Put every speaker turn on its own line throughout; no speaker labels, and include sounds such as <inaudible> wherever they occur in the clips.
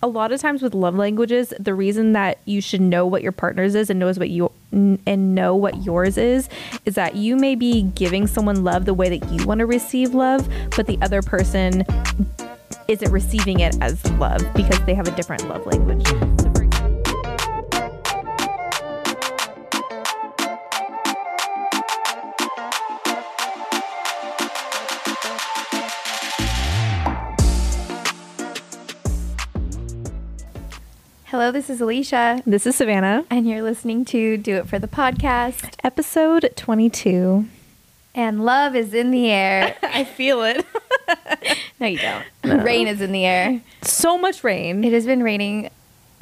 a lot of times with love languages, the reason that you should know what your partner's is and knows what you and know what yours is is that you may be giving someone love the way that you want to receive love, but the other person isn't receiving it as love because they have a different love language. So for example,
Hello, this is Alicia,
this is Savannah,
and you're listening to Do It for the Podcast.
episode 22.
And love is in the air.
<laughs> I feel it.
<laughs> No, you don't. Rain is in the air.
so much rain.
It has been raining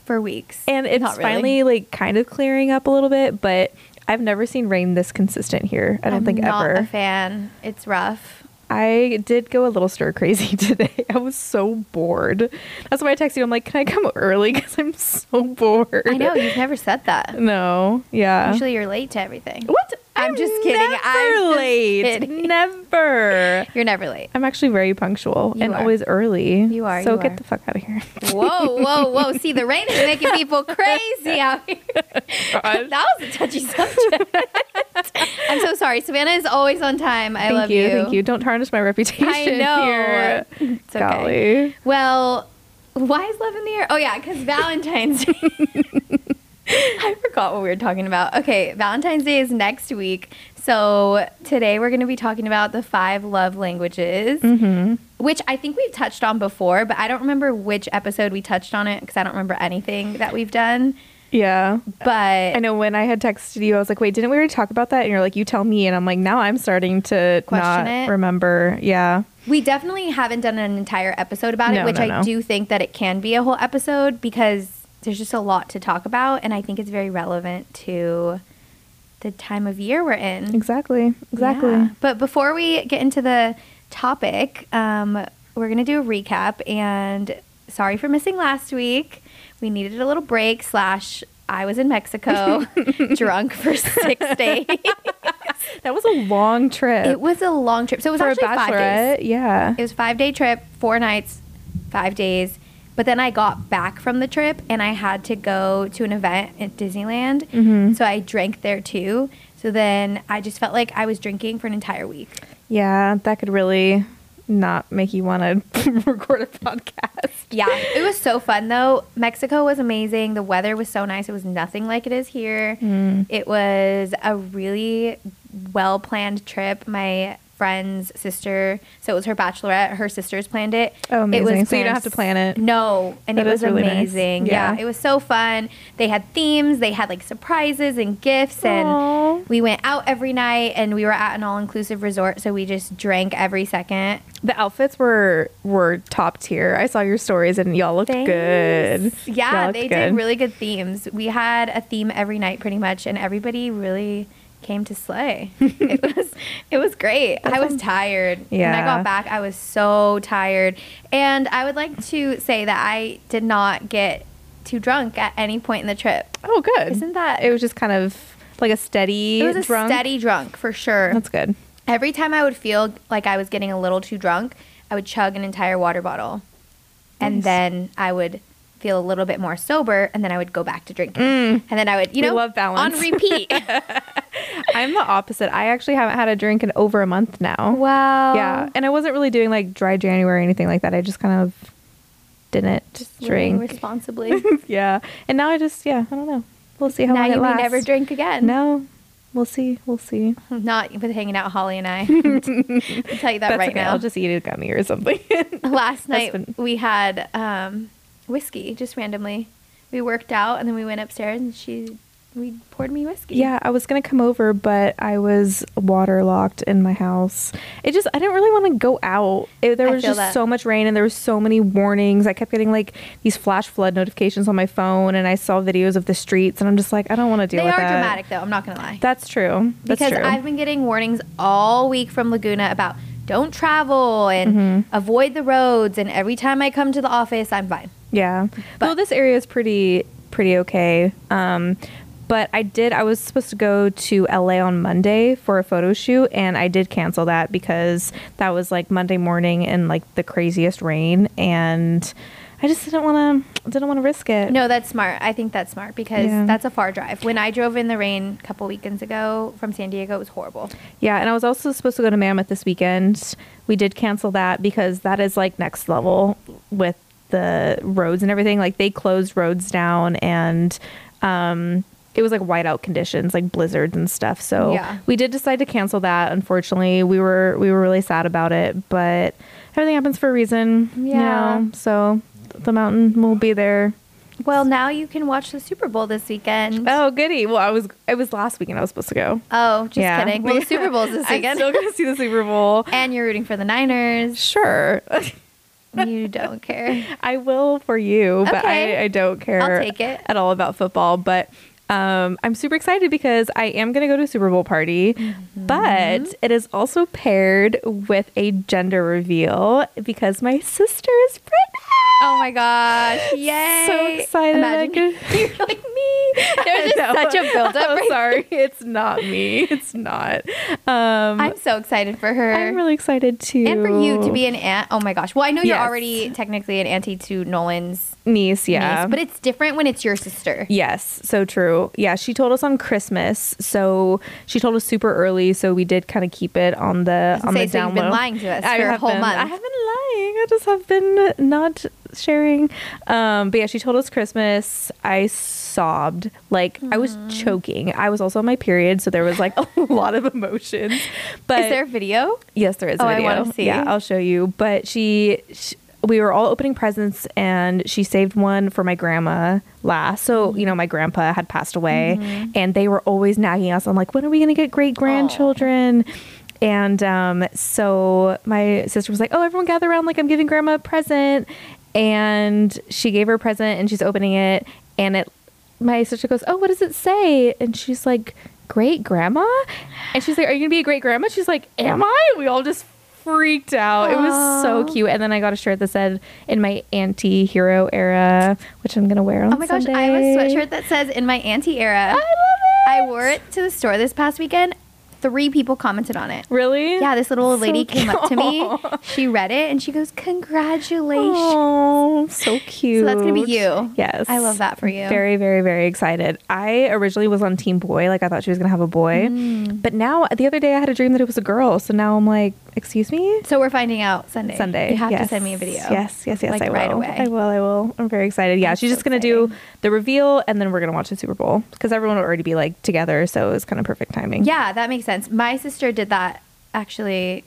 for weeks.
and it's
Not really.
finally like kind of clearing up a little bit, but I've never seen rain this consistent here. I don't
I'm
think
not
ever.
a fan. It's rough.
I did go a little stir crazy <laughs> today. I was so bored. That's why I texted you. I'm like, can I come early? <laughs> Because I'm so bored.
I know, you've never said that.
No. <laughs> Yeah.
Usually you're late to everything.
what?
I'm just kidding.
Never
I'm just
late.
kidding. <laughs>
Never.
You're never late.
I'm actually very punctual
You
and
are.
always early.
You are,
So
you
get
are.
the fuck out of
<laughs>
here. <laughs>
Whoa, whoa, whoa. See, the rain is making people crazy out here.
God.
That was
<laughs>
a touchy subject. I'm so sorry. Savannah is always on time. I
thank
love
you,
you.
Thank you. Don't tarnish my reputation
I know.
here.
It's okay.
Golly.
Well, why is love in the air? Oh yeah, because Valentine's Day. <laughs> I forgot what we were talking about. Okay, Valentine's Day is next week. So today we're going to be talking about the five love languages, which I think we've touched on before, but I don't remember which episode we touched on it because I don't remember anything that we've done.
Yeah. I
But
know when I had texted you, I was like, wait, didn't we already talk about that? And you're like, you tell me. And I'm like, now I'm starting to
Question
not
it?
remember. Yeah.
we definitely haven't done an entire episode about it,
No,
which
no,
I
no.
do think that it can be a whole episode because there's just a lot to talk about. And I think it's very relevant to the time of year we're in.
Exactly. Exactly.
Yeah. But before we get into the topic, um, we're going to do a recap. And sorry for missing last week. We needed a little break, slash, I was in Mexico
<laughs>
drunk for six days.
That was a long trip.
it was a long trip. So it was
for a
actually five days.
bachelorette. Yeah.
It was a five day trip, four nights, five days. But then I got back from the trip and I had to go to an event at Disneyland. So I drank there too. So then I just felt like I was drinking for an entire week.
yeah. That could really not make you want to <laughs> record a podcast.
Yeah, it was so fun though. Mexico was amazing. The weather was so nice. It was nothing like it is here.
Mm.
It was a really well planned trip. My friend's sister, so it was her bachelorette. Her sisters planned it.
Oh,
It
amazing. So you don't
planned
have to plan it.
No, and
That
it
is
was
really nice.
amazing.
Yeah.
Yeah. it was so fun. They had themes. They had like surprises and gifts, and
Aw.
we went out every night. And we were at an all inclusive resort, so we just drank every second.
The outfits were were top tier. I saw your stories and y'all looked good.
Thanks.
Y'all
Yeah,
looked
they
good.
did really good themes. We had a theme every night pretty much and everybody really came to
<laughs>
slay. it was it was great. I was tired. When
Yeah.
I got back, I was so tired. And I would like to say that I did not get too drunk at any point in the trip.
Oh, good.
Isn't that-
It was just kind of like a steady
It was a
drunk.
steady drunk for sure.
That's good.
every time I would feel like I was getting a little too drunk, I would chug an entire water bottle. And
Nice.
then I would feel a little bit more sober and then I would go back to drinking. And then I would, you
Mm. We
know,
love balance.
on
<laughs>
repeat.
I'm the opposite. I actually haven't had a drink in over a month now.
wow.
Yeah, and I wasn't really doing like dry January or anything like that. I just kind of didn't
Living
drink.
responsibly.
<laughs> yeah, and now I just yeah, I don't know. We'll see how
now
long
you
it
may
lasts.
never drink again.
No, we'll see. We'll
<laughs>
see.
Not with hanging out,
<laughs>
Holly and I. I'll tell you that
That's
right
okay.
now.
I'll just eat a gummy or something.
<laughs> Last night
been-
we had um, whiskey just randomly. We worked out and then we went upstairs and she, we poured me whiskey.
yeah, I was gonna come over, but I was waterlocked in my house. It just I didn't really want to go out. It, there
I
was
feel
just
that.
so much rain and there was so many warnings. I kept getting like these flash flood notifications on my phone, and I saw videos of the streets, and I'm just like, I don't want to deal
They
with
are
that.
dramatic though. I'm not going to lie.
That's true. That's
because
true.
I've been getting warnings all week from Laguna about don't travel and
Mm-hmm.
avoid the roads. And every time I come to the office, I'm fine.
Yeah.
But-
well, this area is pretty pretty okay. Um, but I did. I was supposed to go to LA on Monday for a photo shoot, and I did cancel that because that was like Monday morning and like the craziest rain, and I just didn't want to didn't want to risk it.
No, that's smart. I think that's smart because
Yeah.
that's a far drive. When I drove in the rain a couple weekends ago from San Diego, it was horrible.
Yeah, and I was also supposed to go to Mammoth this weekend. We did cancel that because that is like next level with the roads and everything. Like they closed roads down and um it was like whiteout conditions, like blizzards and stuff. So
Yeah.
we did decide to cancel that. Unfortunately, we were we were really sad about it, but everything happens for a reason. you
Yeah.
know? So the mountain will be there.
Well, now you can watch the Super Bowl this weekend.
Oh, goody! Well, I was it was last weekend I was supposed to go.
Oh, just
Yeah.
kidding.
<laughs>
Well, the Super Bowl's this
I'm
weekend.
still gonna see the Super Bowl.
<laughs> and you're rooting for the Niners.
Sure.
You don't care.
I will for you, but
Okay.
I, I don't care
I'll take it.
at all about football. But um, I'm super excited because I am going to go to a Super Bowl party,
Mm-hmm.
but it is also paired with a gender reveal because my sister is pregnant.
Oh my gosh. Yay.
<laughs> So excited.
Imagine you're like
<laughs>
me. <laughs> There's just
No.
such a
<laughs>
buildup.
I'm
right-
sorry. It's not me. It's not. Um, I'm,
I'm so excited for her.
really excited too.
and for you to be an aunt. Oh my gosh. Well, I know you're
Yes.
already technically an auntie to Nolan's
niece, yeah.
niece, but it's different when it's your sister.
Yes, so true. Yeah, she told us on Christmas, so she told us super early, so we did kind of keep it on the
gonna
on
say,
the
so
down
you've been
low.
lying to us
I
for a
have
whole
been-
month.
I haven't lying. I just have been not sharing. Um, but yeah, she told us Christmas. I sobbed like I was choking. I was also on my period, so there was like <laughs> a lot of emotions. But
Is there a video?
Yes, there is.
Oh,
a
I
video.
wanna see.
Yeah, I'll show you. But she, sh we were all opening presents, and she saved one for my grandma last. So you know, my grandpa had passed away,
Mm-hmm.
and they were always nagging us. I'm like, when are we going to get great grandchildren? And um, so my sister was like, oh, everyone gather around, like I'm giving grandma a present. And she gave her a present, and she's opening it, and it my sister goes, Oh, what does it say? And she's like, Great grandma? And she's like, Are you gonna be a great grandma? She's like, Am I? We all just freaked out. It was so
Aw.
cute. And then I got a shirt that said in my anti hero era, which I'm gonna wear on
Oh my gosh, I have a sweatshirt that says in my auntie era. I love
it.
I wore it to the store this past weekend. Three people commented on it.
Really?
Yeah, this little old
So
lady came up to me.
cute.
She read it and she goes, Congratulations.
Oh, so cute.
So that's gonna be you.
Yes.
I love that for you.
Very, very, very excited. I originally was on Team Boy, like I thought she was gonna have a boy.
Mm.
But now the other day I had a dream that it was a girl, so now I'm like, excuse me?
So we're finding out Sunday.
Sunday.
You have to
Yes.
send me a video.
Yes, yes, yes.
Like,
I will.
right away.
I will. I will. I'm very excited. Yeah,
That's
she's
so
just gonna do
exciting.
the reveal, and then we're gonna watch the Super Bowl because everyone will already be like together, so it's kind of perfect timing.
Yeah, that makes sense. My sister did that actually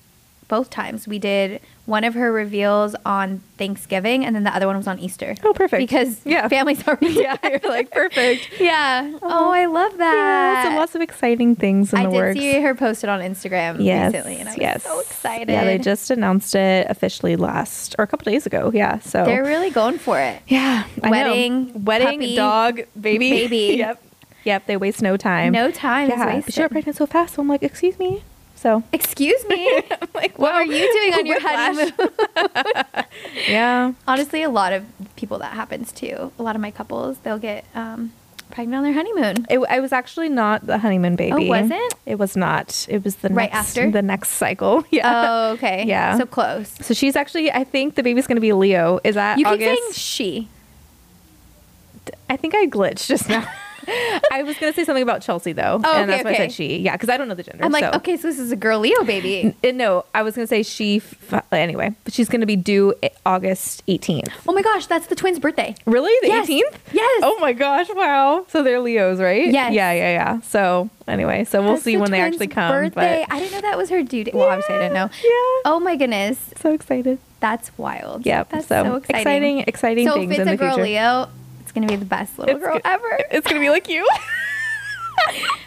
both times. We did one of her reveals on Thanksgiving and then the other one was on Easter.
Oh, perfect.
Because
Yeah.
families are
<laughs> yeah. You're like <laughs> perfect.
<laughs> Yeah. Oh, I love that.
Yeah. So lots of exciting things in
I
the
did
works.
see her post it on Instagram
yes,
recently, and I was
yes.
so excited.
Yeah, they just announced it officially last or a couple days ago. Yeah, so
they're really going for it.
yeah, I know.
Wedding,
wedding,
puppy,
dog, baby, <laughs>
baby.
yep, yep. They waste no time.
No time
yeah,
is
but she got
wasted.
pregnant so fast. So I'm like, excuse me. So
Excuse
<laughs>
me.
like,
what were you doing on
<laughs>
your
Whiplash.
honeymoon?
yeah,
Honestly, a lot of people that happens to. A lot of my couples, they'll get um, pregnant on their
<laughs>
honeymoon.
it, I was actually not the honeymoon baby.
Oh, wasn't?
It was not. It was the
Right
next,
after?
the next cycle. <laughs> Yeah.
Oh, okay.
Yeah.
So close.
So she's actually. I think the baby's going to be Leo. Is that
You keep
August?
saying she.
I think I glitched just
<laughs>
now. I was going to say something about Chelsea though,
Oh,
and
okay,
that's why I
okay.
said she. Yeah, because I don't know the gender.
I'm like,
so.
okay, so this is a girl Leo baby.
Uh, No, I was gonna say she. F- anyway, but she's gonna be due i- August 18th.
Oh my gosh, that's the twins' birthday.
Really, the
Yes.
18th?
Yes.
Oh my gosh! Wow. So they're Leos, right?
Yes.
Yeah, yeah, yeah. So anyway, so we'll
That's
see
the
when they
twins'
actually come.
Birthday.
But
I didn't know that was her due date. Well, obviously, I didn't know.
Yeah, yeah.
Oh my goodness,
so excited.
that's wild.
Yeah.
That's
so,
so, exciting.
exciting, exciting
so
things
if it's
in the
a girl
future.
Leo, it's gonna be the best little
It's
girl
go-
ever.
<laughs> It's gonna be like you.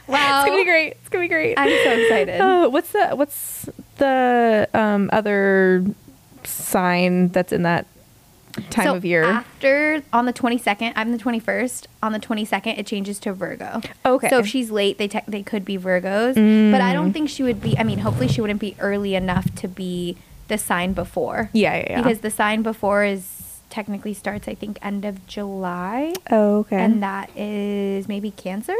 Wow.
it's gonna be great. It's gonna be great.
Oh. I'm so excited.
Uh, what's the what's the um, other sign that's in that time
So
of year?
After on the 22nd, I'm the 21st. On the 22nd, it changes to Virgo.
Okay. Mm.
So if she's late, they te- they could be Virgos, but I don't think she would be. I mean, hopefully she wouldn't be early enough to be the sign before.
yeah, yeah, yeah.
Because the sign before is technically starts I think end of July,
oh, okay.
and that is maybe Cancer.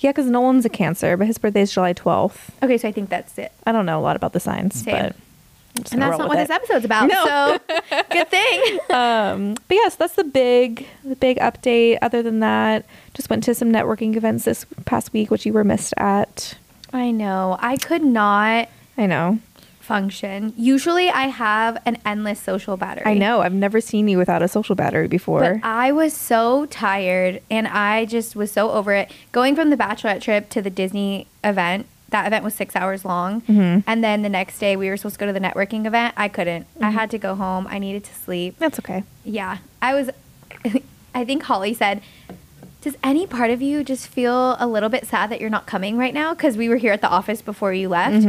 Yeah, because Nolan's a Cancer, but his birthday is July 12th.
Okay, so I think that's it.
I don't know a lot about the signs,
Same.
but I'm just gonna
And that's
roll
not what
with
this episode's about.
No.
So
<laughs>
good thing.
um, but yes, that's the big the big update. Other than that, just went to some networking events this past week, which you were missed at.
I know. I could not
I know,
function. Usually I have an endless social battery.
I know. I've never seen you without a social battery before.
But I was so tired and I just was so over it. Going from the bachelorette trip to the Disney event, that event was six hours long.
Mm-hmm.
And then the next day we were supposed to go to the networking event. I couldn't.
Mm-hmm.
I had to go home. I needed to sleep.
that's okay.
Yeah. I was, <laughs> I think Holly said, does any part of you just feel a little bit sad that you're not coming right now? Because we were here at the office before you left.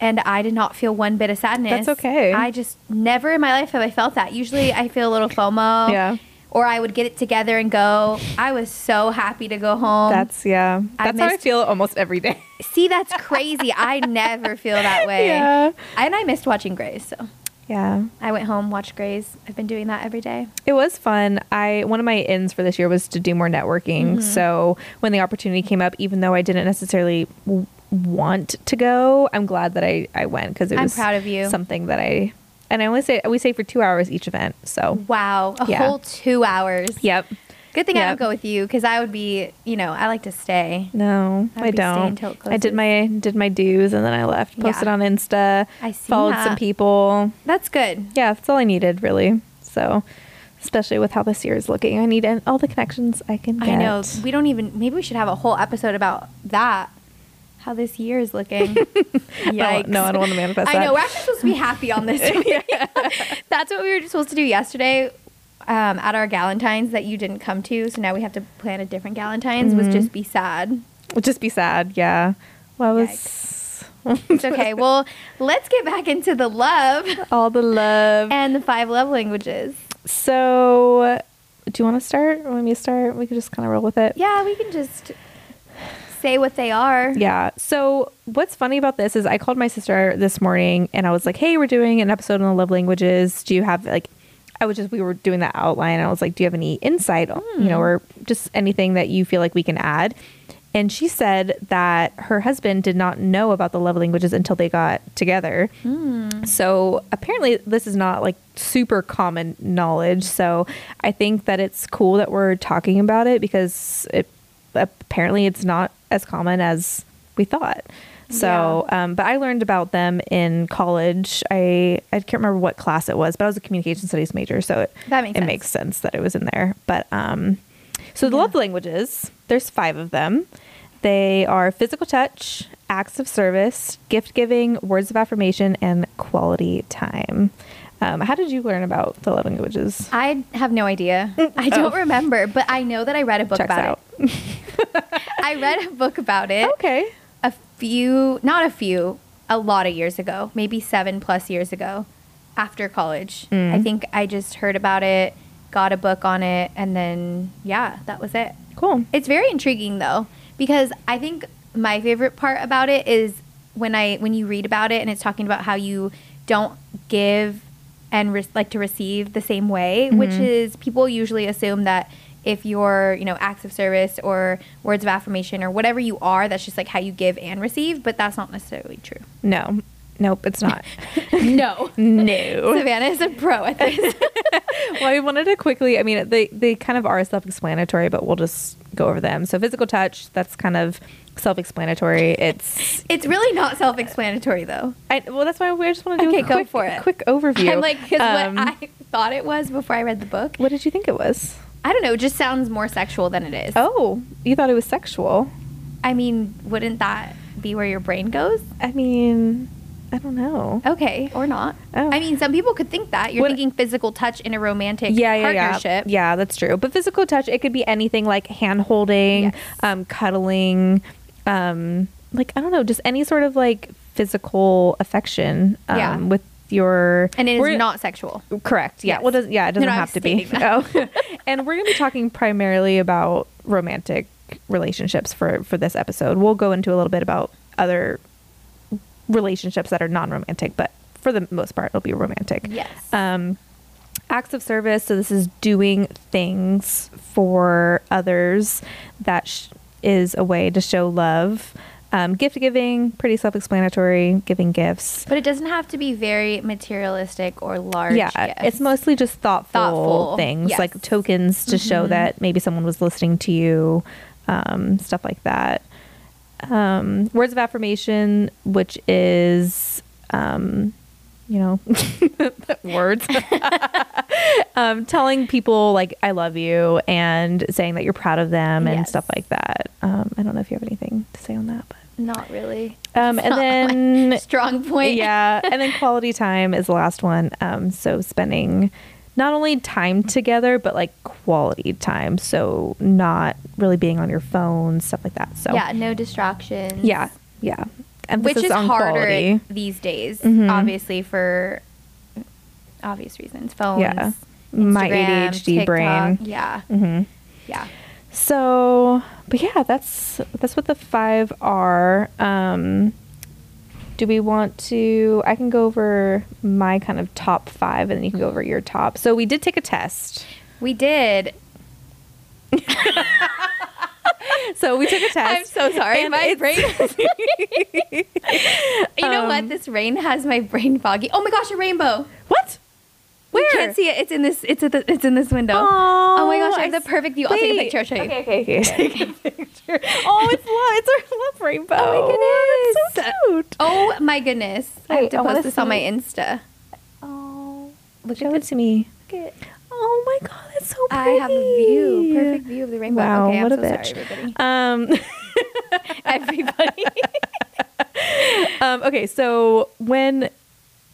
And I did not feel one bit of sadness.
Mm-hmm. That's okay.
I just never in my life have I felt that. Usually I feel a little FOMO.
Yeah.
Or I would get it together and go. I was so happy to go home.
That's yeah.
um, I
That's how I
missed-
feel almost every day.
See, that's crazy. I never
<laughs>
feel that way.
Yeah.
And I missed watching Grays. So
yeah.
I went home, watched Grays. I've been doing that every day.
It was fun. I one of my ends for this year was to do more
Mm-hmm.
networking. So when the opportunity came up, even though I didn't necessarily w- want to go, I'm glad that I I went because it
I'm
was
proud of you.
Something that I and I only say we say for two hours each event. So
Wow. A
Yeah.
whole two hours.
yep.
Good thing I
Yep.
don't go with you because I would be, you know, I like to stay.
No,
I'd
I
be staying
don't.
till it
I did
closes.
my did my dues and then I left. Posted
Yeah.
on Insta.
I see
Followed some
that.
people.
That's good.
Yeah, that's all I needed really. So. Especially with how this year is looking, I need an- all the connections I can get.
I know. We don't even, maybe we should have a whole episode about that. How this year is
<laughs>
looking. Yikes.
no, I don't wanna manifest
I
that.
know. We're actually supposed to be happy
<laughs>
on this. <laughs> That's what we were supposed to do yesterday um, at our Galentine's that you didn't come to. So now we have to plan a different Galentine's,
Mm-hmm.
was just be sad.
Would just be sad. Yeah. Well, it was
It's okay. well, let's get back into the love
<laughs> all the love.
and the five love languages.
so, do you want to start? Want me to start? We could just kind of roll with it.
Yeah, we can just say what they are.
Yeah. So what's funny about this is I called my sister this morning and I was like, "Hey, we're doing an episode on the love languages. Do you have like?" I was just we were doing that outline. And I was like, "Do you have any insight, you
Hmm.
know, or just anything that you feel like we can add?" And she said that her husband did not know about the love languages until they got together. So apparently, this is not like super common knowledge. So I think that it's cool that we're talking about it because it apparently it's not as common as we thought. So, um, but I learned about them in college. I I can't remember what class it was, but I was a communication studies major, so it
That makes
it
sense.
makes sense that it was in there. But um, so the love languages, there's five of them. They are physical touch, acts of service, gift giving, words of affirmation, and quality time. Um, how did you learn about the love languages?
I have no idea.
<laughs>
I don't remember, but I know that I read a book
Oh. Checks
about
out.
it. I read a book about it
Okay.
a few, not a few, a lot of years ago, maybe seven plus years ago after college. I
Mm.
think I just heard about it, got a book on it, and then, yeah, that was it.
Cool.
It's very intriguing though, because I think my favorite part about it is when I when you read about it and it's talking about how you don't give and re- like to receive the same way, which
Mm-hmm.
is people usually assume that if you're you know acts of service or words of affirmation or whatever you are, that's just like how you give and receive, but that's not necessarily true.
No. Nope, it's not.
<laughs> No.
<laughs> no.
Savannah is a <laughs> pro at this.
<laughs> well, I wanted to quickly. I mean, they they kind of are self-explanatory, but we'll just go over them. So, physical touch. That's kind of self-explanatory. It's
it's really not self-explanatory though.
I, well, that's why we just want to do
Okay,
a
go
quick,
for it.
quick overview.
I'm like, 'cause
Um,
what I thought it was before I read the book
what did you think it was?
I don't know. It just sounds more sexual than it is.
Oh, you thought it was sexual?
I mean, wouldn't that be where your brain goes?
I mean, I don't know.
Okay, or not.
Oh.
I mean, some people could think that. You're
What-
thinking physical touch in a romantic
yeah, yeah,
partnership.
yeah, yeah. That's true. But physical touch, it could be anything like hand holding,
Yes.
um, cuddling, um, like I don't know, just any sort of like physical affection um,
Yeah.
with your
And it is
we're-
not sexual.
Correct. Yeah.
Yes.
Well, it doesn't, yeah, it
No,
doesn't
no, I
have to
was
be. <laughs>
stating
Oh. and we're going to be talking primarily about romantic relationships for for this episode. We'll go into a little bit about other relationships that are non-romantic, but for the most part, it'll be romantic.
Yes.
Um, acts of service. So this is doing things for others. That sh- is a way to show love. Um, gift giving, pretty self explanatory, giving gifts.
But it doesn't have to be very materialistic or large.
yeah,
gifts.
it's mostly just thoughtful,
Thoughtful,
things
yes. Mm-hmm.
like tokens to show that maybe someone was listening to you, um, stuff like that. Um, words of affirmation, which is, um, you know, <laughs>
<laughs>
words. um, telling people like I love you and saying that you're proud of them and
Yes.
stuff like that. Um, I don't know if you have anything to say on that, but.
not really.
Um, and
Not
then
my <laughs> strong point.
yeah. And then quality time is the last one. Um, so spending not only time together, but like quality time. So not really being on your phone, stuff like that. So
Yeah, no distractions.
yeah, yeah. Emphasis
Which is
on
harder
quality.
these days,
Mhm.
obviously for obvious reasons. Phones.
Yeah. My
Instagram,
ADHD
TikTok.
brain.
Yeah.
Mhm.
Yeah.
So, but yeah, that's that's what the five are. Um, do we want to? I can go over my kind of top five, and then you can go
Mm-hmm.
over your top. So we did take a test.
We did.
So we took a test.
<laughs> I'm so sorry.
and
My
it's-
brain.
<laughs>
you know
um,
what? This rain has my brain foggy. Oh my gosh, a rainbow.
What?
We can't see it. It's in this. It's at the, It's in this window. oh my gosh, I have the perfect view. I'll take a picture. I'll show you.
Okay, okay, okay. Take
<laughs>
a picture. Oh, it's love. It's our love rainbow.
Oh my
That's so cute.
Oh my goodness. I
Wait,
have to
I wanna
post this on my
see.
Insta.
Oh, look show it to me. Oh my god, that's so pretty.
I have a view. Perfect view of the rainbow.
Wow,
okay, I'm
what
so
a bitch.
sorry, everybody. <laughs>
Um, <laughs>
everybody.
um, okay, so when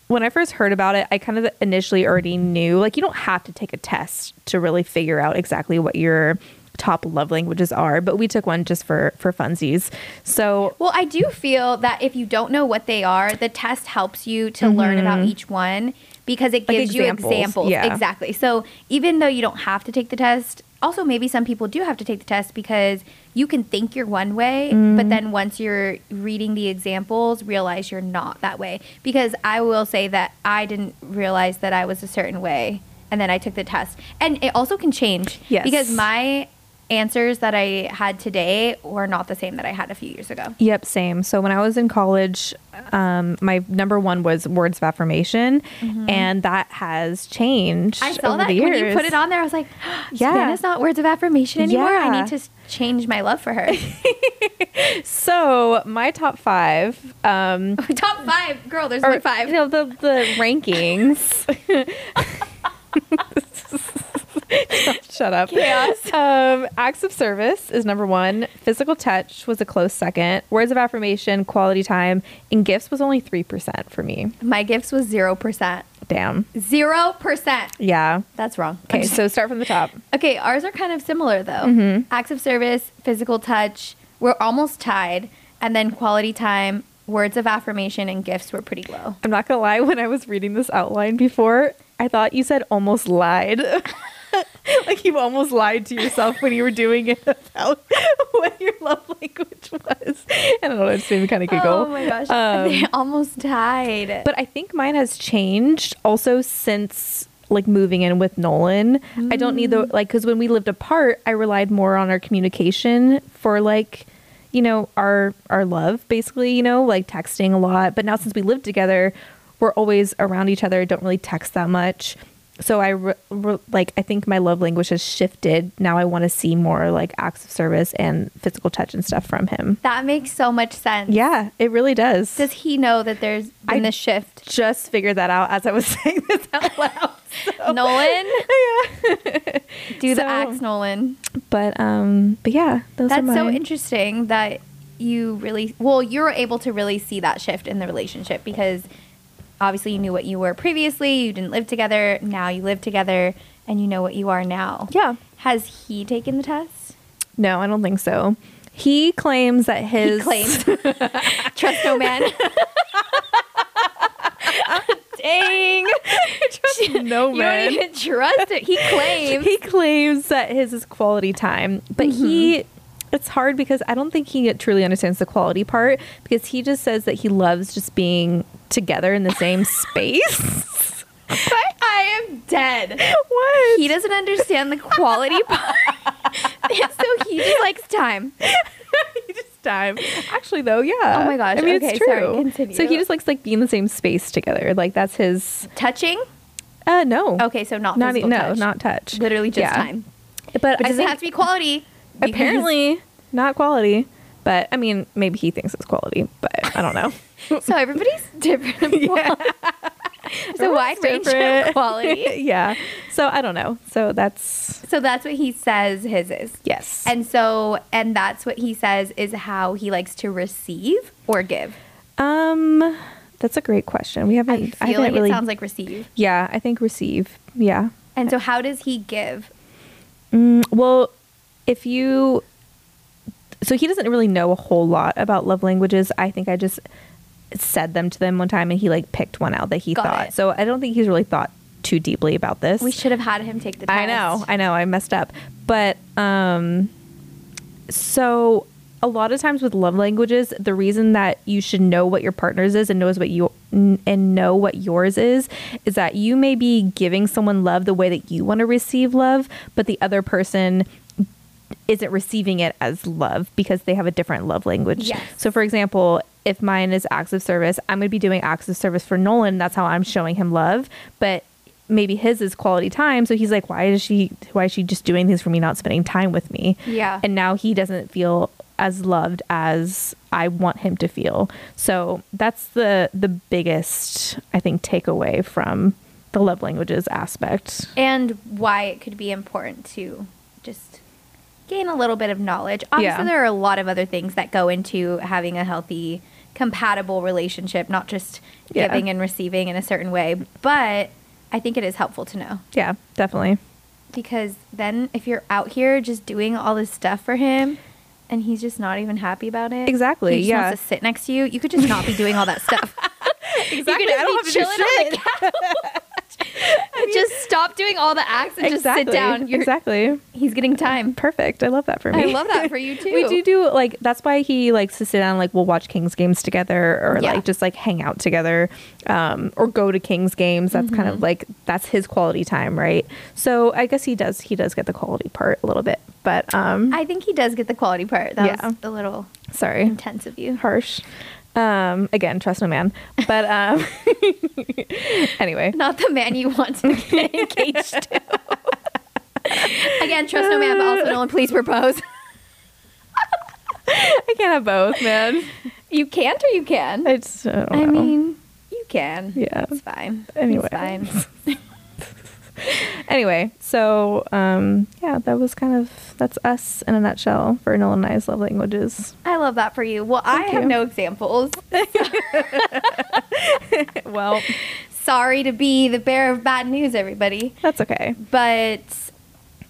when I first heard about it, I kind of initially already knew like you don't have to take a test to really figure out exactly what your top love languages are, but we took one just for for funsies. So
Well, I do feel that if you don't know what they are, the test helps you to learn about each one because it
Mm-hmm. Like
gives you
examples,
examples.
yeah.
Exactly. So even though you don't have to take the test, also maybe some people do have to take the test because you can think you're one way,
Mm-hmm.
but then once you're reading the examples, realize you're not that way. Because I will say that I didn't realize that I was a certain way and then I took the test. And it also can change.
Yes.
Because my answers that I had today were not the same that I had a few years ago.
Yep, same. So when I was in college, um, my number one was words of affirmation, and that has changed.
Mm-hmm. I saw
over
that
the
when you
years.
put it on there. I was like, <gasps>
Yeah.
yeah. Savannah's not words of affirmation anymore. I
Yeah.
need to s- change my love for her.
<laughs>
<laughs>
So my top five, um,
Top five, girl. There's
or
only five.
you know, the the rankings. <laughs> Shut up.
Chaos.
Um, acts of service is number one. Physical touch was a close second. Words of affirmation, quality time, and gifts was only three percent for me.
My gifts was zero percent.
Damn.
Zero percent.
Yeah.
That's wrong.
Okay, so start from the top.
Okay, ours are kind of similar though.
Mm-hmm.
Acts of service, physical touch. We're almost tied, and then quality time, words of affirmation, and gifts were pretty low.
I'm not gonna lie, when I was reading this outline before, I thought you said almost lied. <laughs> like you almost lied to yourself when you were doing it about <laughs> what your love language was. And I don't know, it just made me kind of giggle.
Oh my gosh, <laughs>
Um,
they almost tied.
but I think mine has changed also since like moving in with Nolan. I don't need
Mm.
the like because when we lived apart, I relied more on our communication for like you know our our love basically. You know, like texting a lot. But now since we live together, we're always around each other. Don't really text that much. So I re- re- like I think my love language has shifted. Now I want to see more like acts of service and physical touch and stuff from him.
that makes so much sense.
Yeah, it really does
Does he know that there's been
I-
this shift?
<laughs> just figured that out as I was <laughs> saying this out loud. So-
Nolan,
<laughs>
do the
So-
acts, Nolan.
But um, but yeah, those are
That's so
mine.
interesting that you really well, you're able to really see that shift in the relationship because obviously you knew what you were previously, you didn't live together, now you live together and you know what you are now.
Yeah.
Has he taken the test?
No, I don't think so. He claims that his <laughs>
He claims. Trust no man. Dang. <laughs>
no man.
You don't even trust it. He claims.
he claims that his is quality time, but he
Mm-hmm.
it's hard because I don't think he truly understands the quality part because he just says that he loves just being together in the
<laughs>
same space. <laughs>
But I am dead.
What?
He doesn't
<laughs>
<laughs> understand the quality part. so he just likes time.
he just time. Actually, though, yeah. Oh
my gosh,
I mean,
okay,
it's true.
sorry, continue.
So he just likes like being in the same space together. Like that's his.
Touching?
Uh, no.
Okay, so not,
Not e-
physical
no,
touch.
not touch.
literally just
Yeah.
time.
But,
But
I
does it
think
have to be quality? Because-
apparently not quality. But I mean, maybe he thinks it's quality. But I don't
<laughs>
know.
<laughs>
<laughs>
so everybody's different. <laughs> of quality. There's a wide range
different.
of quality.
<laughs> yeah. So I don't know. So that's
so that's what he says his is.
yes.
And so, and that's what he says is how he likes to receive or give.
um, that's a great question. We haven't. I,
I feel
haven't
like
really.
it sounds like receive.
yeah, I think receive. Yeah.
And so, how does he give?
Mm, well, if you. So he doesn't really know a whole lot about love languages. I think I just said them to them one time and he like picked one out that he
Got
thought.
it.
So I don't think he's really thought too deeply about this.
We should have had him take the test.
I know, I know, I messed up. But um so a lot of times with love languages, the reason that you should know what your partner's is and knows what you and know what yours is is that you may be giving someone love the way that you want to receive love, but the other person isn't receiving it as love because they have a different love language.
Yes.
So for example, if mine is acts of service, I'm going to be doing acts of service for Nolan, that's how I'm showing him love, but maybe his is quality time, so he's like why is she why is she just doing things for me not spending time with me?
Yeah.
And now he doesn't feel as loved as I want him to feel. So that's the the biggest I think takeaway from the love languages aspect.
and why it could be important to just gain a little bit of knowledge. Obviously,
Yeah.
there are a lot of other things that go into having a healthy, compatible relationship, not just
Yeah.
giving and receiving in a certain way. But I think it is helpful to know
Yeah, definitely.
because then if you're out here just doing all this stuff for him and he's just not even happy about it,
Exactly,
he just
yeah.
wants to sit next to you. You could just not be doing all that <laughs> stuff.
Exactly.
You could just be chilling on the <laughs> just stop doing all the acts and just sit down. You're,
exactly.
He's getting time.
Perfect. I love that for me.
<laughs> I love that for you too.
We do do like that's why he likes to sit down like we'll watch Kings games together or
Yeah.
like just like hang out together um, or go to Kings games. That's kind
Mm-hmm.
of like that's his quality time, right? So I guess he does he does get the quality part a little bit, but um,
I think he does get the quality part. That
Yeah.
was a little
sorry,
intense of you. <laughs>
harsh. Um, again, trust no man. But um, <laughs> anyway,
Not the man you want to
<laughs>
get engaged to. Again, trust no man, but also no one please propose. <laughs>
I can't have both, man.
You can't or you can? I,
It's I, don't know.
mean, you can.
Yeah.
It's fine.
Anyway.
It's fine.
anyway, so um, yeah, that was kind of that's us in a nutshell for Nolan and I's love
<laughs>
languages.
I love that for you. Well, I
Thank
have
you.
no examples.
Well,
Sorry to be the bearer of bad news, everybody.
that's okay.
but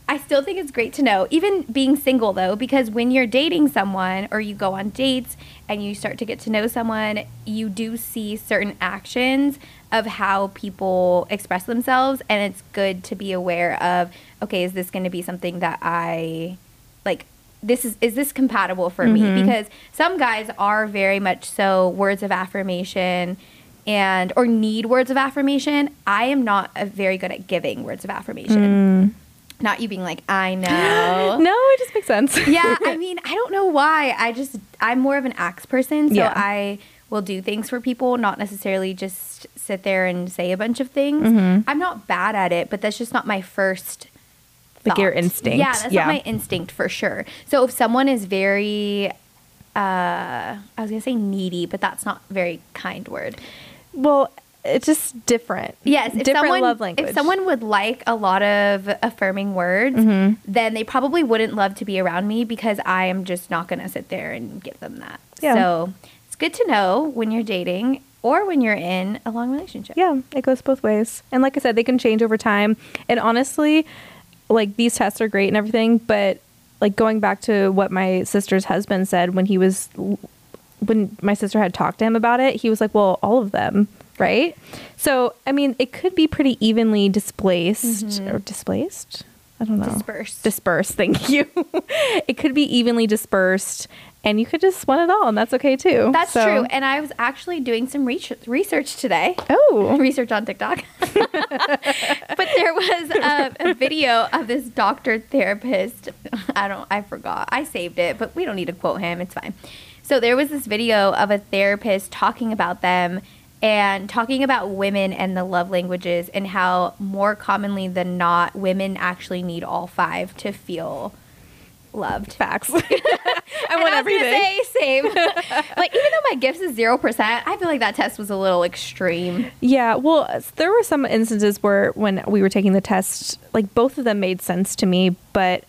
I still think it's great to know, even being single though, because when you're dating someone or you go on dates and you start to get to know someone, you do see certain actions of how people express themselves. And it's good to be aware of okay, is this going to be something that I like? This is is this compatible for me? Because some guys are very much so words of affirmation and or need words of affirmation. I am not a very good at giving words of affirmation. Not you being like, <gasps> I know.
<laughs> No, it just makes sense.
yeah, I mean, I don't know why. I just I'm more of an acts person, so
Yeah.
I will do things for people, not necessarily just sit there and say a bunch of things. I'm not bad at it, but that's just not my first
Like your
thought.
instinct.
Yeah, that's
Yeah.
not my instinct for sure. So if someone is very uh I was gonna say needy, but that's not a very kind word.
<laughs> Well, it's just different.
Yes, if
different
someone,
love language.
If someone would like a lot of affirming words,
Mm-hmm.
then they probably wouldn't love to be around me because I am just not going to sit there and give them that.
Yeah.
So it's good to know when you're dating or when you're in a long relationship.
yeah, it goes both ways. And like I said, they can change over time. And honestly, like these tests are great and everything, but like going back to what my sister's husband said when he was when my sister had talked to him about it, he was like, "Well, all of them." Right? So, I mean, it could be pretty evenly displaced or displaced? I don't know.
Mm-hmm. Dispersed.
Dispersed, <laughs> thank you. it could be evenly dispersed and you could just want it all and that's okay too.
That's
So-
true. And I was actually doing some reach- research today.
Oh.
research on TikTok. <laughs> but there was a, a video of this doctor therapist I don't, I forgot. I saved it, but we don't need to quote him. It's fine. So there was this video of a therapist talking about them and talking about women and the love languages and how more commonly than not, women actually need all five to feel loved. <laughs>
Facts. <laughs> I
And
want
I was gonna
everything.
say same. <laughs> like even though my gifts is zero percent, I feel like that test was a little extreme.
Yeah, well, s- there were some instances where when we were taking the test, like both of them made sense to me, but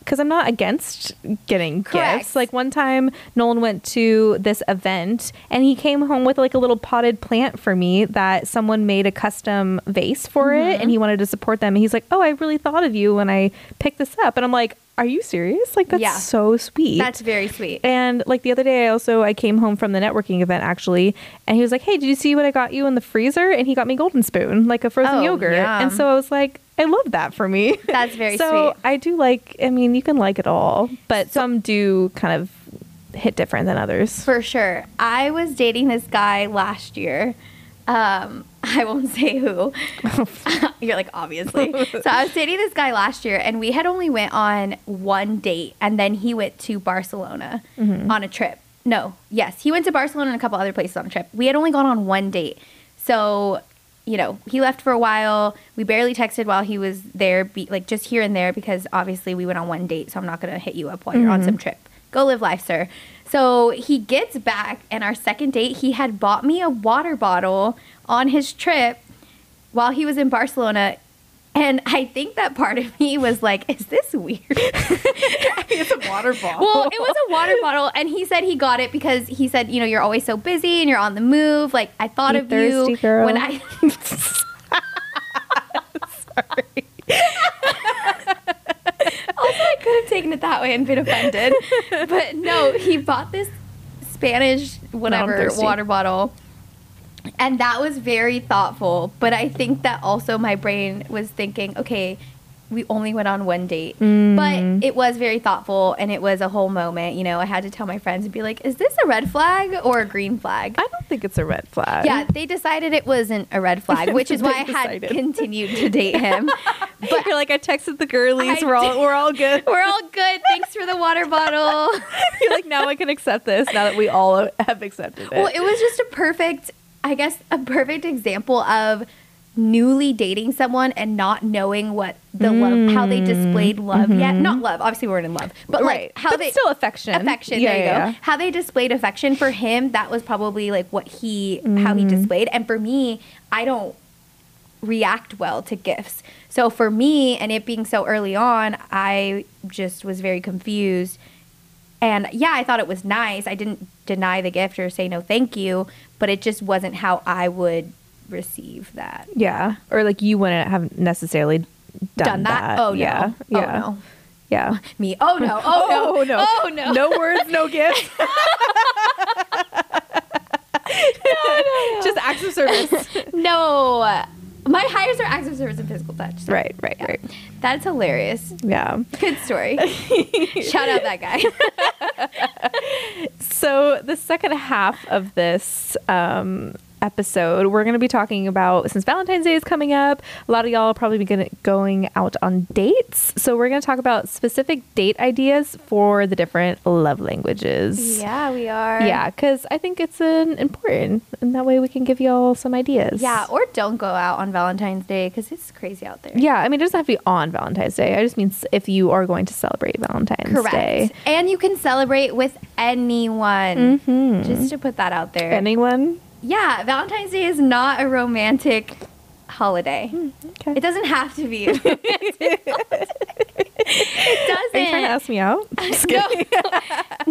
because I'm not against getting
Correct.
gifts. Like one time, Nolan went to this event and he came home with like a little potted plant for me that someone made a custom vase for it
Mm-hmm.
and he wanted to support them. And he's like, Oh, I really thought of you when I picked this up. And I'm like, Are you serious? Like, that's
Yeah.
so sweet.
That's very sweet.
And like the other day, I also I came home from the networking event actually, and he was like, "Hey, did you see what I got you in the freezer?" And he got me golden spoon, like a frozen
Oh,
yogurt.
yum.
And so I was like, "I love that for me."
<laughs> That's very
so
sweet.
I do like. I mean, you can like it all, but some do kind of hit different than others.
<laughs> For sure. I was dating this guy last year. Um, <laughs> I won't say who. <laughs> You're like, obviously. so I was dating this guy last year, and we had only went on one date, and then he went to Barcelona on a trip. No, yes, he went to Barcelona and a couple other places on a trip. We had only gone on one date, so you know he left for a while. We barely texted while he was there, be, like just here and there, because obviously we went on one date. So I'm not gonna hit you up while you're on some trip. Go live life, sir. So he gets back, and our second date, he had bought me a water bottle on his trip while he was in Barcelona. And I think that part of me was like, is this weird?
<laughs> it's a waterfall.
<laughs> well, it was a water bottle. And he said he got it because he said, you know, you're always so busy and you're on the move. Like, I thought
You
of
thirsty
you
girl. <laughs>
when I. <laughs> also, I could have taken it that way and
<laughs>
been offended. but no, he bought this Spanish whatever
thirsty.
water bottle. And that was very thoughtful. But I think that also my brain was thinking, okay, we only went on one date.
Mm.
But it was very thoughtful and it was a whole moment. You know, I had to tell my friends and be like, is this a red flag or a green flag?
I don't think it's a red flag. <laughs>
yeah, they decided it wasn't a red flag, which is why I
They
had
decided.
continued to date
<laughs>
him.
but you're like I texted the girlies.
I
we're all
did.
we're all
<laughs>
good.
We're all good. Thanks for the water bottle.
you're like now I can accept this. Now that we all have accepted it.
Well, it was just a perfect, I guess, a perfect example of newly dating someone and not knowing what the love, how they displayed love yet. Not love, obviously we weren't in love, but
Mm-hmm. right.
like how
but
they
still affection.
affection.
Yeah,
there you
yeah,
go. How they displayed affection for him, that was probably like what he, how
Mm-hmm.
he displayed, and for me, I don't react well to gifts. So for me, and it being so early on, I just was very confused. And yeah, I thought it was nice. I didn't deny the gift or say no thank you, but it just wasn't how I would receive that.
Yeah. Or like you wouldn't have necessarily done,
Done that? Oh no.
Yeah.
Oh
yeah.
no.
Yeah.
Me. Oh
<laughs>
no. Oh,
Oh, no.
Oh no.
No words, no
<laughs>
gifts. <laughs> Just acts of service.
No. My hires are acts of service and physical touch. so-
right, right, right.
That's hilarious.
Yeah.
Good <laughs> story. Shout out that guy.
So the second half of this um, episode, we're going to be talking about since Valentine's Day is coming up, a lot of y'all are probably be gonna, going out on dates. So we're going to talk about specific date ideas for the different love languages.
<laughs> yeah, we are.
Yeah, because I think it's an important, and that way we can give y'all some ideas.
Yeah, or don't go out on Valentine's Day because it's crazy out there.
yeah, I mean, it doesn't have to be on Valentine's Day. I just mean s- if you are going to celebrate Valentine's
Correct.
Day.
And you can celebrate with anyone.
Mm-hmm.
Just to put that out there.
Hmm. Anyone?
yeah, Valentine's Day is not a romantic holiday.
Hmm, Okay.
It doesn't have to
<laughs>
be. a romantic holiday. it doesn't.
Are you trying to ask me
<laughs>
out? Just
No.
kidding.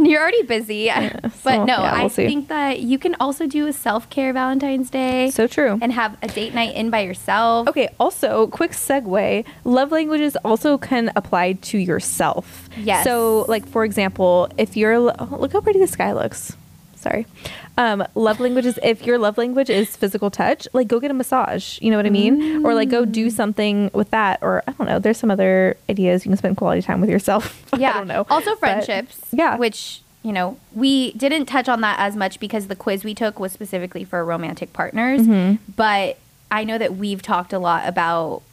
<laughs> You're already busy. but
so,
no,
yeah, we'll
I
see.
think that you can also do a self care Valentine's Day.
So true.
And have a date night in by yourself.
Okay, <laughs> also, quick segue love languages also can apply to yourself.
Yes.
So, like, for example, if you're, oh, look how pretty the sky looks. Sorry. Um, love languages, if your love language is physical touch, like, go get a massage. You know what I mean? Or, like, go do
Mm.
something with that. Or, I don't know, there's some other ideas you can spend quality time with yourself. <laughs>
Yeah.
I don't know.
Also
But-
friendships.
yeah.
Which, you know, we didn't touch on that as much because the quiz we took was specifically for romantic partners.
Mm-hmm.
But I know that we've talked a lot about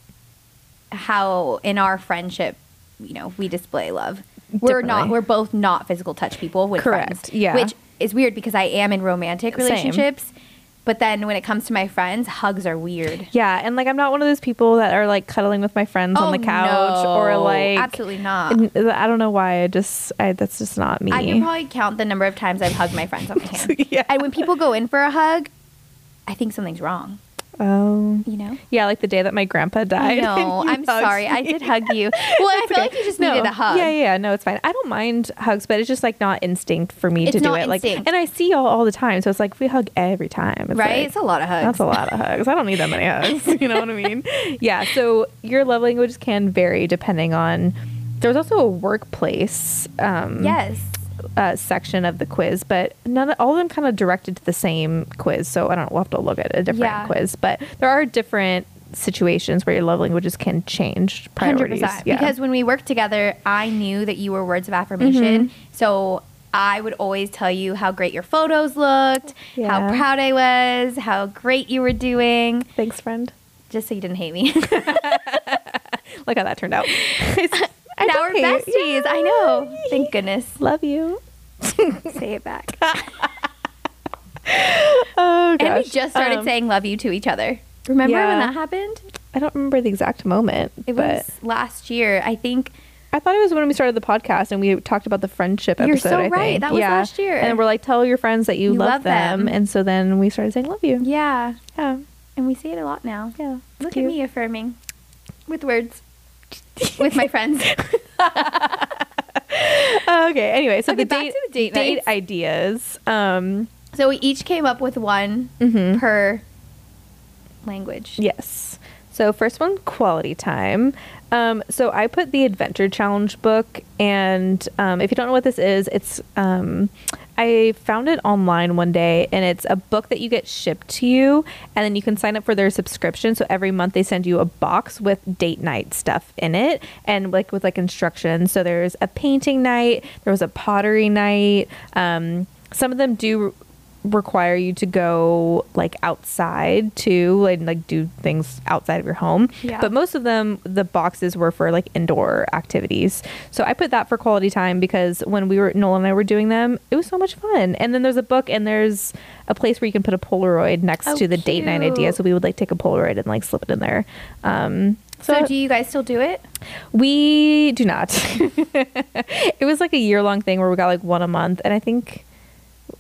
how in our friendship you know we display love. We're not.
Differently.
We're both not physical touch people. With
Correct,
Friends,
yeah.
Which is weird because I am in romantic
Same.
relationships, but then when it comes to my friends, hugs are weird.
Yeah, and like I'm not one of those people that are like cuddling with my friends on
Oh,
the couch
no.
or like
absolutely not.
n- I don't know why I just I, that's just not me.
I can probably count the number of times I've hugged my
<laughs>
friends on my hand.
Yeah.
And when people go in for a hug, I think something's wrong.
um,
You know.
yeah, like the day that my grandpa
I
died. <laughs>
know.
you
I'm
hugged
sorry. I
me.
did hug
<laughs>
you. Well, I
It's
feel
okay.
like you just
No.
needed a hug.
Yeah, yeah, yeah. no, it's fine. I don't mind hugs, but it's just like not instinct for me
It's
to do
not
it. Like,
instinct.
and I see y'all all the time, so it's like we hug every time, It's
Right?
like-
it's a lot of hugs.
That's a lot of hugs. I don't need that
<laughs>
many hugs. <laughs> You know what I mean? Mm. Yeah. So your love language can vary depending on. There was also a workplace um,
Yes.
uh, section of the quiz, but none. All of them kind of directed to the same quiz. So I don't. We'll have to look at a different
Yeah.
quiz, but there are different situations where your love languages can change priorities.
100%. Because when we worked together, I knew that you were words of affirmation.
Mm-hmm.
So I would always tell you how great your photos looked,
Yeah.
how proud I was, how great you were doing,
thanks, friend.
just so you didn't hate me. <laughs>
Look how that turned out. <laughs> I
now we're
don't hate-
besties. I know. Thank goodness.
Love you.
Say it back.
Oh gosh.
<laughs> and we just started
Um,
saying love you to each other. Remember
Yeah.
when that happened?
I don't remember the exact moment.
It
but
was last year. I think
I thought it was when we started the podcast and we talked about the friendship
You're
episode.
so
I
right.
think.
That was last year.
And we're like, tell your friends that you, love, them. And so then we started saying, love you.
Yeah.
Yeah.
And we say it a lot now.
Yeah.
Look
Cute.
at me affirming with words <laughs> with my friends.
Oh, <laughs> okay. Anyway, so
Okay,
the
back
date,
to the date nights.
ideas. Um,
<laughs> So we each came up with one
Mhm.
per language.
yes. So first one, quality time. Um, so I put the adventure challenge book, and um, if you don't know what this is, it's um, I found it online one day, and it's a book that you get shipped to you, and then you can sign up for their subscription. So every month they send you a box with date night stuff in it, and like with like instructions. So there's a painting night, there was a pottery night. Um, some of them do require you to go like outside too and like do things outside of your home
Yeah.
but most of them the boxes were for like indoor activities so i put that for quality time because when we were nolan and i were doing them it was so much fun and then there's a book and there's a place where you can put a polaroid next
Oh,
to the date night idea
cute.
so we would like take a polaroid and like slip it in there um
So do you guys still do it?
we do not. <laughs> it was like a year long thing where we got like one a month, and I think,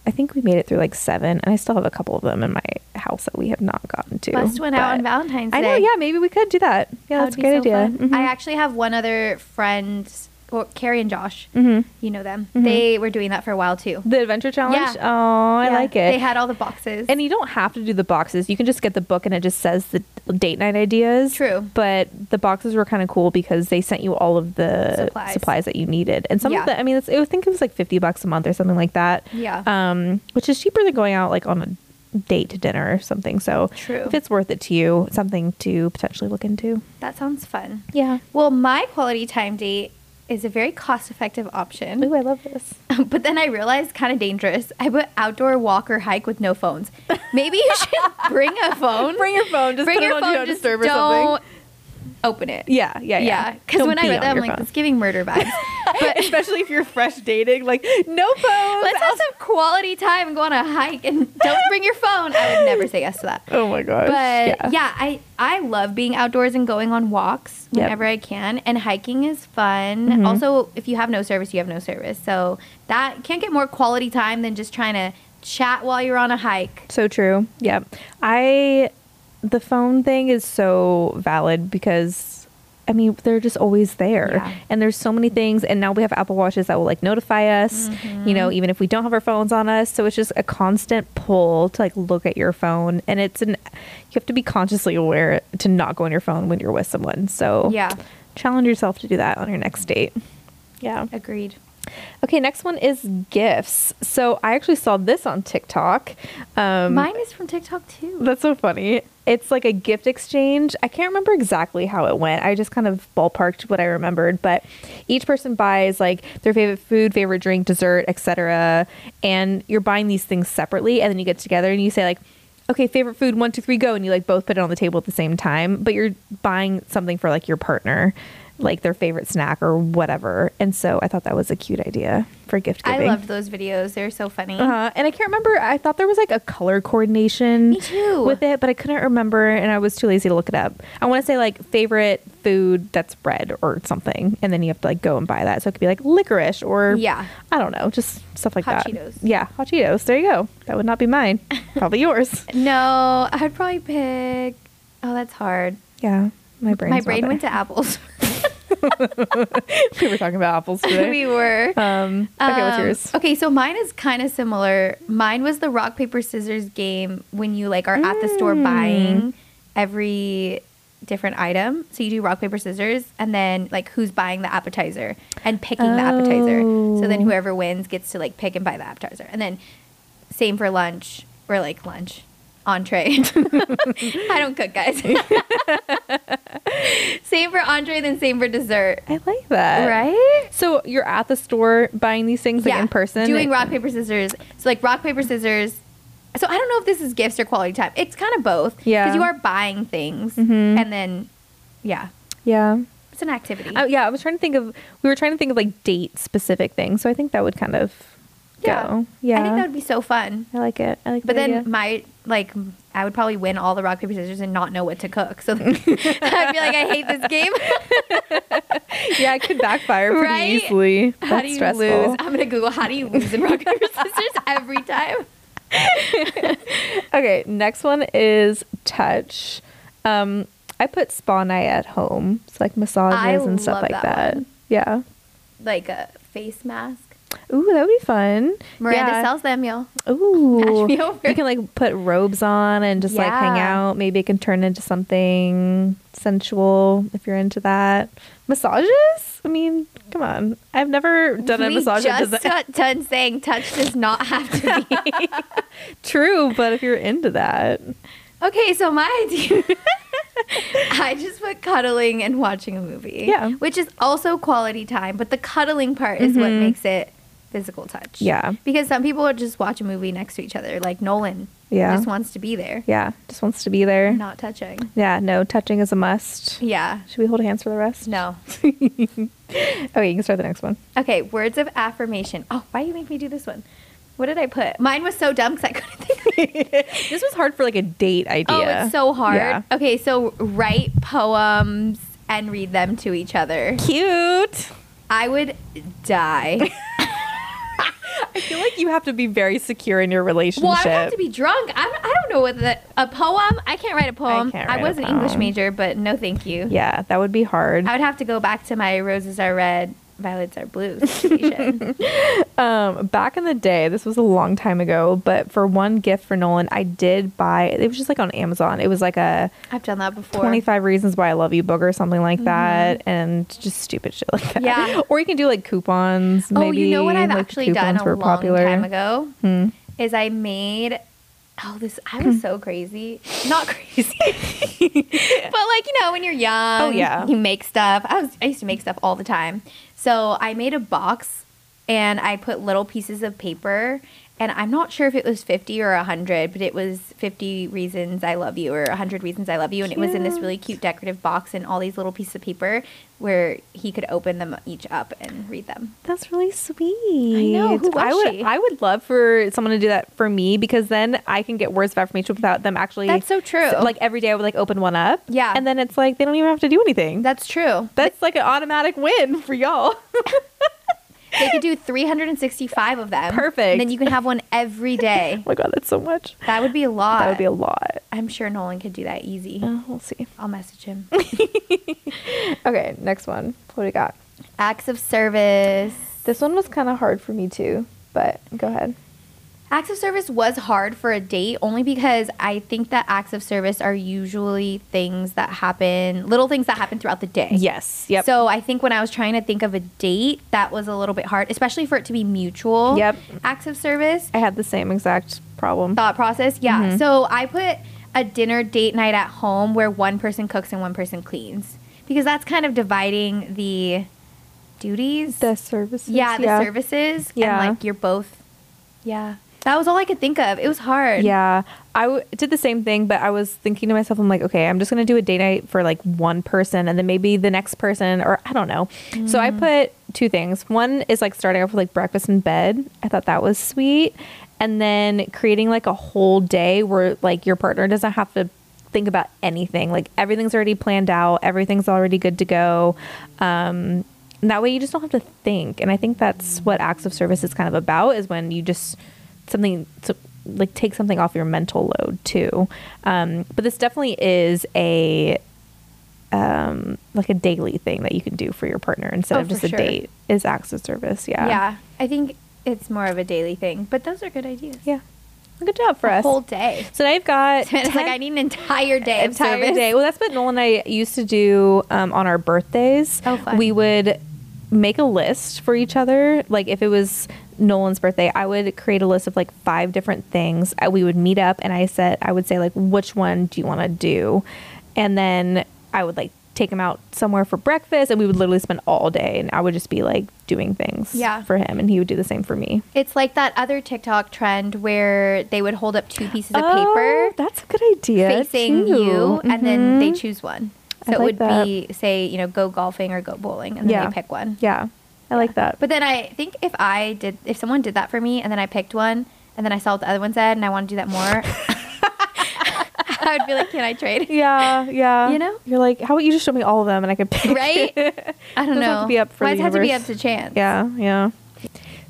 I think we made it through like seven, and I still have a couple of them in my house that we have not gotten to.
Bust one out
but-
on Valentine's Day.
I know. Yeah, maybe we could do that. Yeah,
That
that's a
would be
great
so
idea. Mm-hmm.
fun. I actually have one other friend, well, Carrie and Josh.
Mhm.
You know them.
Mhm.
They were doing that for a while too.
the adventure challenge.
Yeah.
Oh, I
Yeah,
like it.
They had all the boxes.
and you don't have to do the boxes. You can just get the book and it just says the date night ideas.
True.
But the boxes were kind of cool because they sent you all of the supplies,
Supplies.
that you needed. And some
Yeah.
of the, I mean, it's, I think it was like 50 bucks a month or something like that.
Yeah.
Um, which is cheaper than going out like on a date to dinner or something. So
True.
if it's worth it to you, something to potentially look into.
that sounds fun.
Yeah.
Well, my quality time date is a very cost effective option,
Ooh, I love this.
<laughs> but then I realized kind of dangerous. I put outdoor walk or hike with no
<laughs>
phones. Maybe you should bring a phone.
Bring your phone. Just put it on Do Not
just
Disturb or something.
don't Open it.
Yeah, yeah, yeah.
Yeah. Because
Don't
when I
be
read
on
that, I'm
your
like,
phone.
it's giving
<laughs>
murder vibes. <laughs> But
especially if you're fresh dating, like no phones.
let's have some quality time and go on a hike and don't bring your phone. I would never say yes to that.
Oh my gosh.
But yeah. I I love being outdoors and going on walks
Yep.
whenever I can, and hiking is fun.
Mhm.
Also, if you have no service, you have no service, so that can't get more quality time than just trying to chat while you're on a hike.
So true. Yeah. I the phone thing is so valid because I mean, they're just always there.
Yeah.
And there's so many things and now we have Apple Watches that will like notify us, you
Mm-hmm.
know, even if we don't have our phones on us. So it's just a constant pull to like look at your phone and it's an you have to be consciously aware to not go on your phone when you're with someone. So
Yeah.
challenge yourself to do that on your next date. Yeah.
Agreed.
Okay, next one is gifts. So I actually saw this on TikTok. Um,
Mine is from TikTok too.
that's so funny. It's like a gift exchange. I can't remember exactly how it went. I just kind of ballparked what I remembered, but each person buys like their favorite food, favorite drink, dessert, etc. And you're buying these things separately, and then you get together and you say like, "Okay, favorite food, one, two, three, go!" And you like both put it on the table at the same time, but you're buying something for like your partner. like their favorite snack or whatever. And so I thought that was a cute idea for gift
I
giving.
loved those videos. They're so funny.
Uh, and I can't remember. I thought there was like a color coordination
Me too.
with it, but I couldn't remember, and I was too lazy to look it up. I want to say like favorite food that's bread or something, and then you have to like go and buy that. So it could be like licorice or
Yeah.
I don't know, just stuff like
Hot
that.
Cheetos.
Yeah, hot Cheetos. There you go. That would not be
<laughs>
mine. Probably yours.
No, I'd probably pick. Oh, that's hard.
Yeah, my brain.
My brain went to apples. <laughs>
<laughs> we were talking about apples today.
<laughs> we were.
um, okay, what's
Um,
yours?
Okay, so mine is kind of similar. Mine was the rock paper scissors game when you like are at the
Mm.
store buying every different item. So you do rock paper scissors, and then like who's buying the appetizer and picking the appetizer. So then
Oh.
whoever wins gets to like pick and buy the appetizer, and then same for lunch or like lunch entree. <laughs> I don't
<laughs>
cook, guys. <laughs> same for entree, then same for dessert.
I like that.
Right?
So you're at the store buying these things like, in person,
Doing rock, paper, scissors. So, like, rock, paper, scissors. So, I don't know if this is gifts or quality time. It's kind of both.
Yeah.
Because you are buying things.
Mhm.
And then, yeah,
Yeah.
it's an activity.
Uh, yeah, I was trying to think of. We were trying to think of like date specific things, so I think that would kind of go. Yeah,
I think that would be so fun.
I like it. I like.
But
the
then,
idea.
my, like, I would probably win all the rock, paper, scissors and not know what to cook. So, <laughs> I'd be like, I hate this
<laughs>
game.
<laughs> yeah, it could
<laughs>
backfire pretty
Right?
easily. That's
how do you
stressful.
lose? <laughs> I'm going to Google how do you lose in rock, paper, scissors
<laughs>
every time.
<laughs> Okay, next one is touch. Um, I put spa night at home, so like massages
I
and stuff
love
like
that
that.
one.
Yeah.
Like a face mask.
Ooh, that would be fun.
Miranda
yeah.
sells them, y'all.
<laughs> Ooh,
Pass me over.
you can like put robes on and just like hang
Yeah.
out. Maybe it can turn into something sensual if you're into that. Massages? I mean, come on. I've never done a
we
massage. that
just
doesn't- <laughs>
got done saying touch does not have to be.
True, but if you're into that,
okay, so my idea. <laughs> I just put cuddling and watching a movie.
Yeah.
Which is also quality time, but the cuddling part is what
Mhm.
makes it physical touch.
Yeah.
Because some people would just watch a movie next to each other, like Nolan.
Yeah.
Just wants to be there.
yeah, just wants to be there.
Not touching.
Yeah, no, touching is a must.
Yeah.
Should we hold hands for the rest?
No.
<laughs> Okay, you can start the next one. <laughs>
Okay, words of affirmation. Oh, why do you make me do this one? What did I put? Mine was so dumb because I couldn't think of it.
This was hard for like a date idea.
Oh, it's so hard.
Yeah.
Okay, so write poems and read them to each other.
Cute.
I would
<laughs>
die.
I feel like you have to be very secure in your relationship.
well, I would have to be drunk. I'm, I don't know what the, a poem. I can't write a poem.
can't
I,
write a
was an English
poem.
major, but no, thank you.
Yeah, that would be hard.
I would have to go back to my roses are red, violets are blue
<laughs>
situation.
Um, back in the day, this was a long time ago, but for one gift for Nolan, I did buy. It was just like on Amazon. It was like a
I've done that before.
twenty five reasons why I love you book or something like that, and just stupid shit like that.
Mm-hmm. Yeah.
<laughs> Or you can do like coupons.
Oh,
maybe,
you know what I've
like,
actually done
coupons
a
were
long
popular.
time ago
Hmm.
is I made. Oh, this I was so crazy.
<laughs>
Not <laughs> crazy, but like you know, when you're young,
Oh, yeah.
you make stuff. I was I used to make stuff all the time. So I made a box, and I put little pieces of paper. And I'm not sure if it was 50 or 100, but it was 50 reasons I love you or 100 reasons I love you. And it was in this
Cute.
really cute decorative box and all these little pieces of paper where he could open them each up and read them.
That's really sweet.
who was
I would.
she?
I would love for someone to do that for me because then I can get words of affirmation without them actually.
That's so true.
like every day, I would like open one up.
Yeah.
And then it's like they don't even have to do anything.
That's true.
That's like an automatic win for y'all. <laughs>
They could do 365 of them.
Perfect.
And then you can have one
<laughs>
every day.
Oh my god, that's so much.
That would be a lot.
That would be a lot.
I'm sure Nolan could do that easy.
Uh, we'll see. <laughs>
I'll message him. <laughs>
Okay, next one. What do we got?
Acts of service.
This one was kind of hard for me too, but go ahead.
Acts of service was hard for a date only because I think that acts of service are usually things that happen, little things that happen throughout the day.
Yes. Yep.
So I think when I was trying to think of a date, that was a little bit hard, especially for it to be mutual.
Yep.
Acts of service.
I had the same exact problem.
thought process. Yeah.
Mm-hmm.
So I put a dinner date night at home where one person cooks and one person cleans because that's kind of dividing the duties.
The services.
yeah, the services.
Yeah.
And like you're both. Yeah. That was all I could think of. It was hard.
Yeah, I w- did the same thing, but I was thinking to myself, I'm like, okay, I'm just gonna do a day night for like one person, and then maybe the next person, or I don't know. So I put two things. One is like starting off with like breakfast in bed. I thought that was sweet, and then creating like a whole day where like your partner doesn't have to think about anything. Like everything's already planned out. Everything's already good to go. Um, and that way you just don't have to think. And I think that's what acts of service is kind of about is when you just something so, like take something off your mental load too. Um, but this definitely is a um like a daily thing that you can do for your partner instead
Oh,
of just
for
a
sure.
date is acts of service. Yeah.
Yeah. I think it's more of a daily thing, but those are good ideas.
Yeah. Good job for
A
us.
whole day.
<laughs>
<laughs>
so now you've got
It's like
10
I need an entire day of
entire
service.
day. Well, that's what Noel and I used to do um, on our birthdays.
Oh, fun.
We would make a list for each other. Like if it was Nolan's birthday, I would create a list of like five different things. I, we would meet up, and I said I would say like, which one do you want to do, and then I would like take him out somewhere for breakfast, and we would literally spend all day, and I would just be like doing things
Yeah.
for him, and he would do the same for me.
It's like that other TikTok trend where they would hold up two pieces of
Oh,
paper
that's a good idea.
facing
too.
you, and then they
Mhm.
choose one.
I
So it
like
would
that.
be, say, you know, go golfing or go bowling, and then
Yeah.
they pick one.
Yeah, I like that.
But then I think if I did, if someone did that for me, and then I picked one, and then I saw what the other one said, and I want to do that more, <laughs> I would be like, can I trade?
Yeah, yeah.
You know?
you're like, how about you just show me all of them and I could pick.
Right? I don't
Doesn't have
know.
to be up for
Why
the
does it have to be up
universe.
to
<laughs>
chance?
yeah, yeah.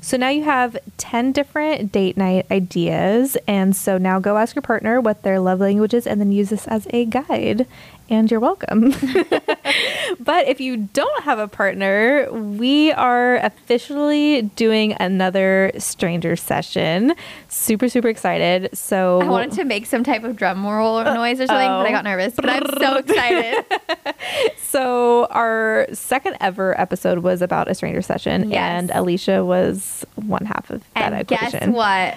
So now you have ten different date night ideas, and so now go ask your partner what their love language is, and then use this as a guide. And you're welcome. <laughs> but if you don't have a partner, we are officially doing another stranger session. Super, super excited. So
I wanted to make some type of drum roll
Uh,
noise or something, but
oh.
I got nervous. But I'm
<laughs>
so excited.
So our second ever episode was about a stranger session,
Yes.
and Alicia was one half of that
and guess
equation.
what?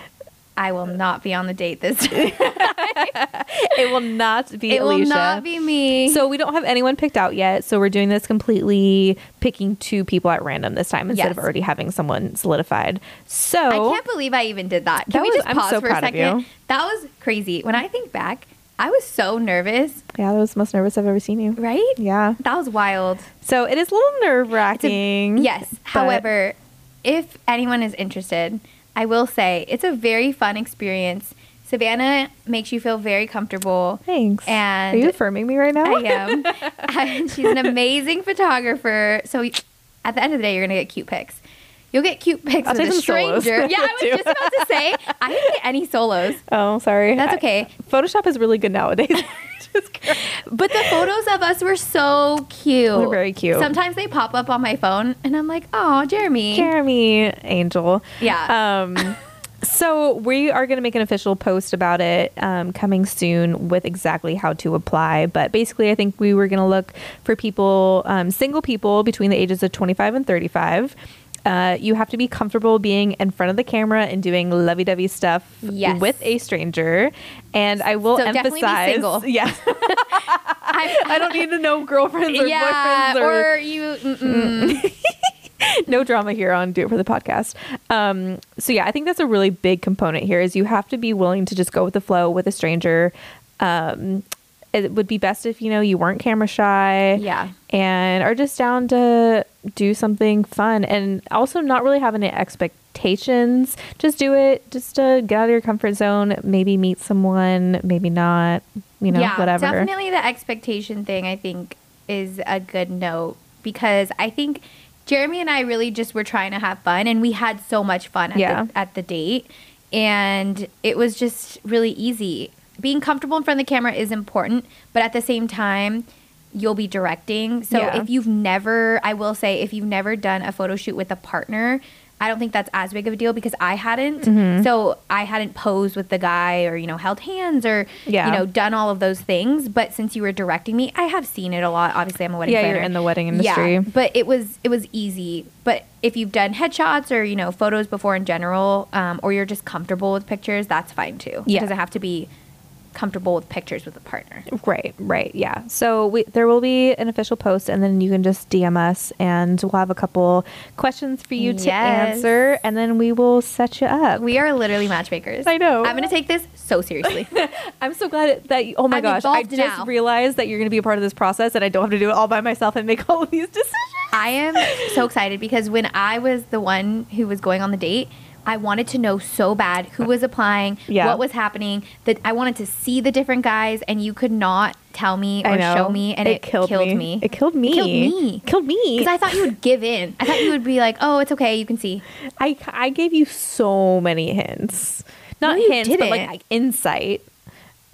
I will not be on the date this time.
<laughs> It will not be
it
Alicia.
will not be me.
so we don't have anyone picked out yet. So we're doing this completely picking two people at random this time instead of
Yes.
already having someone solidified. So
I can't believe I even did that.
Oh. That
Can we
was-
just
I'm
pause
so
for
proud
a
of
second?
you.
That was crazy. When I think back, I was so nervous,
yeah, that was the most nervous I've ever seen you.
right?
Yeah.
That was wild.
So it is a little nerve
It's a-
wracking.
yes. However, if anyone is interested, I will say it's a very fun experience. Savannah makes you feel very comfortable.
thanks.
And
are you affirming me right now? <laughs>
I am. And she's an amazing photographer. So at the end of the day, you're gonna get cute pics. You'll get cute pics
I'll
with
take
a
some
stranger.
solos. <laughs>
Yeah, I
Too.
was just about to say I didn't get any solos.
Oh, sorry.
That's
I-
okay.
Photoshop is really good nowadays. <laughs>
<laughs>
Just kidding.
But the photos of us were so cute.
They're very cute.
Sometimes they pop up on my phone, and I'm like, "Oh, Jeremy."
Jeremy Angel.
Yeah.
Um, so we are going to make an official post about it um, coming soon with exactly how to apply. But basically, I think we were going to look for people, um, single people between the ages of 25 and 35. Uh, you have to be comfortable being in front of the camera and doing lovey-dovey stuff
Yes.
with a stranger. And I will
So definitely be
emphasize, <laughs>
single.
yeah,
I,
<laughs> I don't need to
<laughs>
know girlfriends or
yeah,
boyfriends or
or, you. mm,
<laughs>
Mm-mm.
no drama here on do it for the podcast um so yeah i think that's a really big component here is you have to be willing to just go with the flow with a stranger um it would be best if you know you weren't camera shy
Yeah.
and are just down to do something fun and also not really have any expectations just do it just uh, get out of your comfort zone maybe meet someone maybe not you know
yeah,
whatever
Definitely the expectation thing, I think, is a good note because I think Jeremy and I really just were trying to have fun and we had so much fun at,
Yeah.
the, at the date. And it was just really easy. Being comfortable in front of the camera is important, but at the same time, you'll be directing. So
Yeah.
if you've never, I will say, if you've never done a photo shoot with a partner, I don't think that's as big of a deal because I hadn't.
Mm-hmm.
So I hadn't posed with the guy or, you know, held hands or,
Yeah.
you know, done all of those things. But since you were directing me, I have seen it a lot. Obviously, I'm a wedding
Yeah, you're
planner.
in the wedding
Yeah,
industry.
but it was it was easy. But if you've done headshots or you know photos before in general, um, or you're just comfortable with pictures, that's fine too.
Yeah.
It doesn't have to be comfortable with pictures with a partner.
Right, right, yeah. So we, there will be an official post, and then you can just DM us, and we'll have a couple questions for you to
Yes.
answer, and then we will set you up.
We are literally matchmakers.
I know.
I'm gonna take this
<laughs>
so seriously.
I'm so glad that you, oh my
I'm
gosh, I
involved
just
now.
realized that you're going to be a part of this process, and I don't have to do it all by myself and make <laughs> all of these decisions.
I am so excited because when I was the one who was going on the date, I wanted to know so bad who was applying,
Yeah.
what was happening, that I wanted to see the different guys, and you could not tell me
I
or
know.
show me, and it, killed, me.
It killed me.
killed me.
Killed me.
Because I thought you would give in. I thought you would be like, "Oh, it's okay, you can see."
I, I gave you so many hints. Not
No, you
hints, but like,
didn't.
like insight.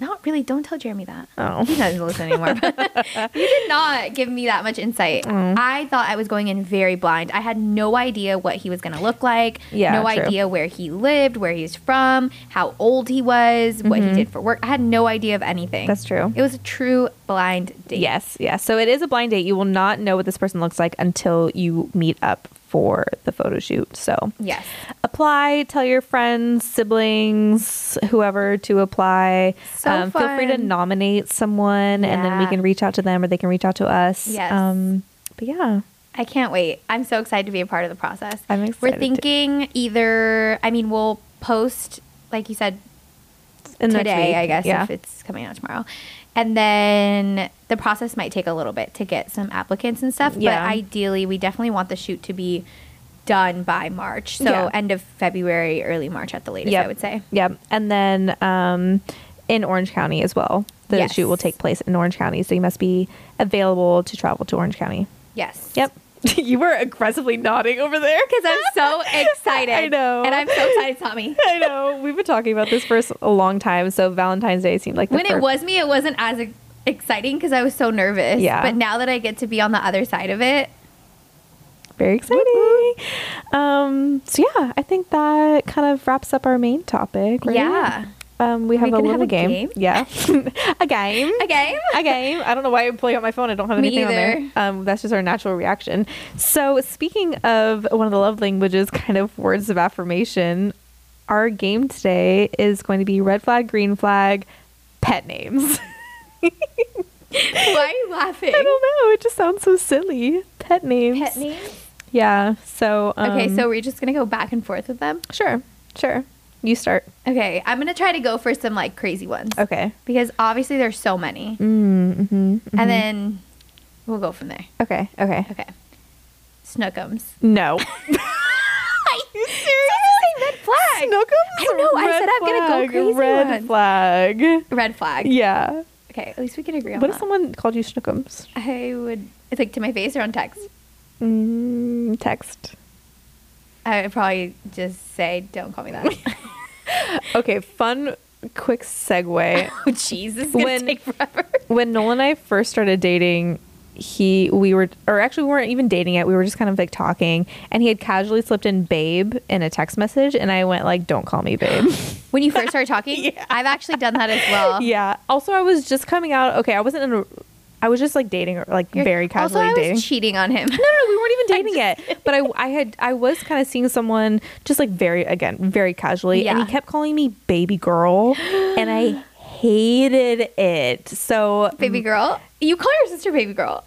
Not really. Don't tell Jeremy that.
Oh.
He doesn't listen
<laughs>
anymore. but you did not give me that much insight.
Oh.
I thought I was going in very blind. I had no idea what he was going to look like.
Yeah,
No
true.
idea where he lived, where he's from, how old he was, what he did for work. I had no idea of
Mm-hmm.
anything.
That's true.
It was a true blind date.
Yes, yes. So it is a blind date. You will not know what this person looks like until you meet up for the photo shoot. So
Yes.
apply, tell your friends, siblings, whoever to apply. Um,
So
Feel free to
fun.
nominate someone and then we
Yeah.
can reach out to them or they can reach out to us.
Yes.
Um, but yeah.
I can't wait. I'm so excited to be a part of the process.
I'm
We're
excited too.
thinking either, I mean, we'll post, like you said,
And next
today,
week.
I guess,
Yeah.
if it's coming out tomorrow. And then the process might take a little bit to get some applicants and stuff.
Yeah.
But ideally, we definitely want the shoot to be done by March. So
Yeah.
end of February, early March at the latest,
Yep.
I would say.
Yep. And then um, in Orange County as well. The
Yes.
shoot will take place in Orange County. So you must be available to travel to Orange County.
Yes.
Yep. <laughs> you were aggressively nodding over there.
Because I'm so
<laughs>
excited.
I know.
And I'm so
<laughs>
excited, Tommy.
I know. We've been talking about this for s- a long time, so Valentine's Day seemed like the
When it
perfect-
was me, it wasn't as ex- exciting because I was so nervous.
Yeah.
But now that I get to be on the other side of it, <laughs>
very exciting. Um, so yeah, I think that kind of wraps up our main topic. Right?
Yeah.
Um, we have
We
a
can
little
have a
game.
game? <laughs>
Yeah, a game.
okay.
a game. I don't know why I'm playing on my phone. I don't have
Me
anything on there.
either.
Um, that's just our natural reaction. So, speaking of one of the love languages, kind of words of affirmation, our game today is going to be red flag, green flag, pet names. <laughs>
Why are you laughing?
I don't know. It just sounds so silly. Pet names.
Pet names?
Yeah. So. Um,
Okay, so we're just going to go back and forth with them.
sure, sure. You start.
Okay, I'm gonna try to go for some like crazy ones
Okay.
because obviously there's so many,
Mm-hmm.
and then we'll go from there.
Okay. Okay.
Okay, Snookums. <laughs>
No.
you serious? Say red flag.
Snookums.
I know, I
Red
said I'm gonna go
flag,
crazy
Red
ones.
flag.
Red flag.
Yeah.
Okay, at least we can agree on
What
that.
if someone called you Schnookums?
I would. It's like to my face or on text.
Mm,
<laughs>
text.
I would probably just say, "Don't call
<laughs>
me that."
Okay, fun, quick segue.
oh, jeez, this is gonna
When-
take forever.
when Noel and I first started dating, he we were or actually we weren't even dating yet. We were just kind of like talking, and he had casually slipped in "babe" in a text message, and I went like, "Don't call me
<laughs>
babe."
when you first
<laughs>
started talking, I've actually done that as well.
yeah. Also, I was just coming out. Okay, I wasn't in. A, I was just like dating, or like
You're-
very casually
also, I
dating.
Was cheating on him.
No, no, we weren't even dating yet. But I, I had, I was kind of seeing someone just like very, again, very casually, and
Yeah.
he kept calling me baby girl, and I hated it. So,
baby girl, you call your sister baby girl.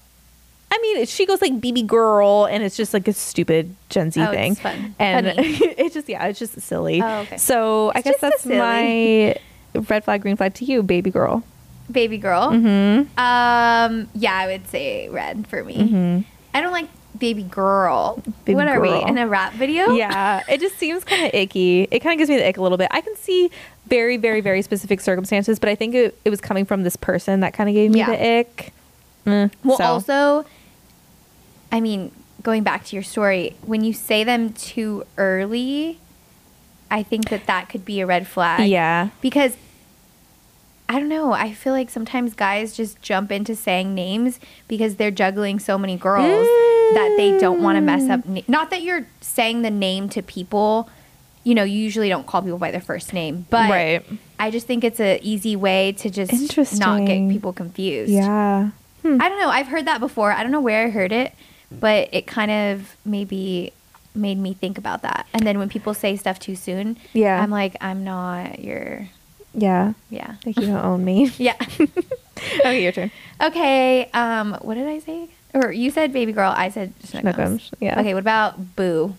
I mean, she goes like baby girl, and it's just like a stupid Gen Z
Oh, it's
thing,
fun.
and <laughs>
Funny.
it's just yeah, it's just silly.
Oh, okay.
So I
It's
guess
just a
that's
silly.
my red flag, green flag to you, baby girl.
baby girl.
Mm-hmm.
Um, yeah, I would say red for me. I don't like baby girl.
Mm-hmm. Baby
what are
girl.
we in a rap
<laughs>
video?
Yeah, it just seems kind of icky. It kind of gives me the ick a little bit. I can see very, very, very specific circumstances, but I think it, it was coming from this person that kind of gave me
Yeah.
the ick. Mm,
Well,
so.
also, I mean, going back to your story, when you say them too early, I think that that could be a red flag.
yeah,
because I don't know. I feel like sometimes guys just jump into saying names because they're juggling so many girls that they don't want to mess up.
Mm.
Na- Not that you're saying the name to people. You know, you usually don't call people by their first name, but
Right.
I just think it's an easy way to just not get
Interesting.
people confused.
yeah. Hmm.
I don't know. I've heard that before. I don't know where I heard it, but it kind of maybe made me think about that. And then when people say stuff too soon,
Yeah.
I'm like, I'm not your
Yeah.
Yeah.
Like you don't own me.
Yeah.
<laughs>
<laughs>
okay, your turn.
okay. Um, what did I say? Or you said baby girl. I said Schnookums.
Schnookums, yeah.
Okay. What about Boo?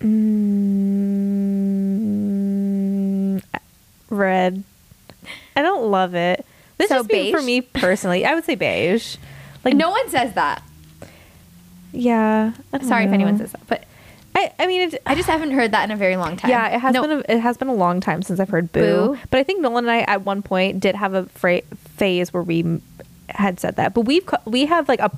Mm, red. I don't love it. This
So
is beige? for
beige?
me personally. I would say <laughs> beige. Like
No one says that.
Yeah. I don't
Sorry if
know.
anyone says that, but
I. I mean, it,
I just haven't heard that in a very long time.
Yeah, it has
No,
been. A, it has been a long time since I've heard boo.
Boo.
But I think Nolan and I at one point did have a phra- phase where we m- had said that. But we've ca- we have like a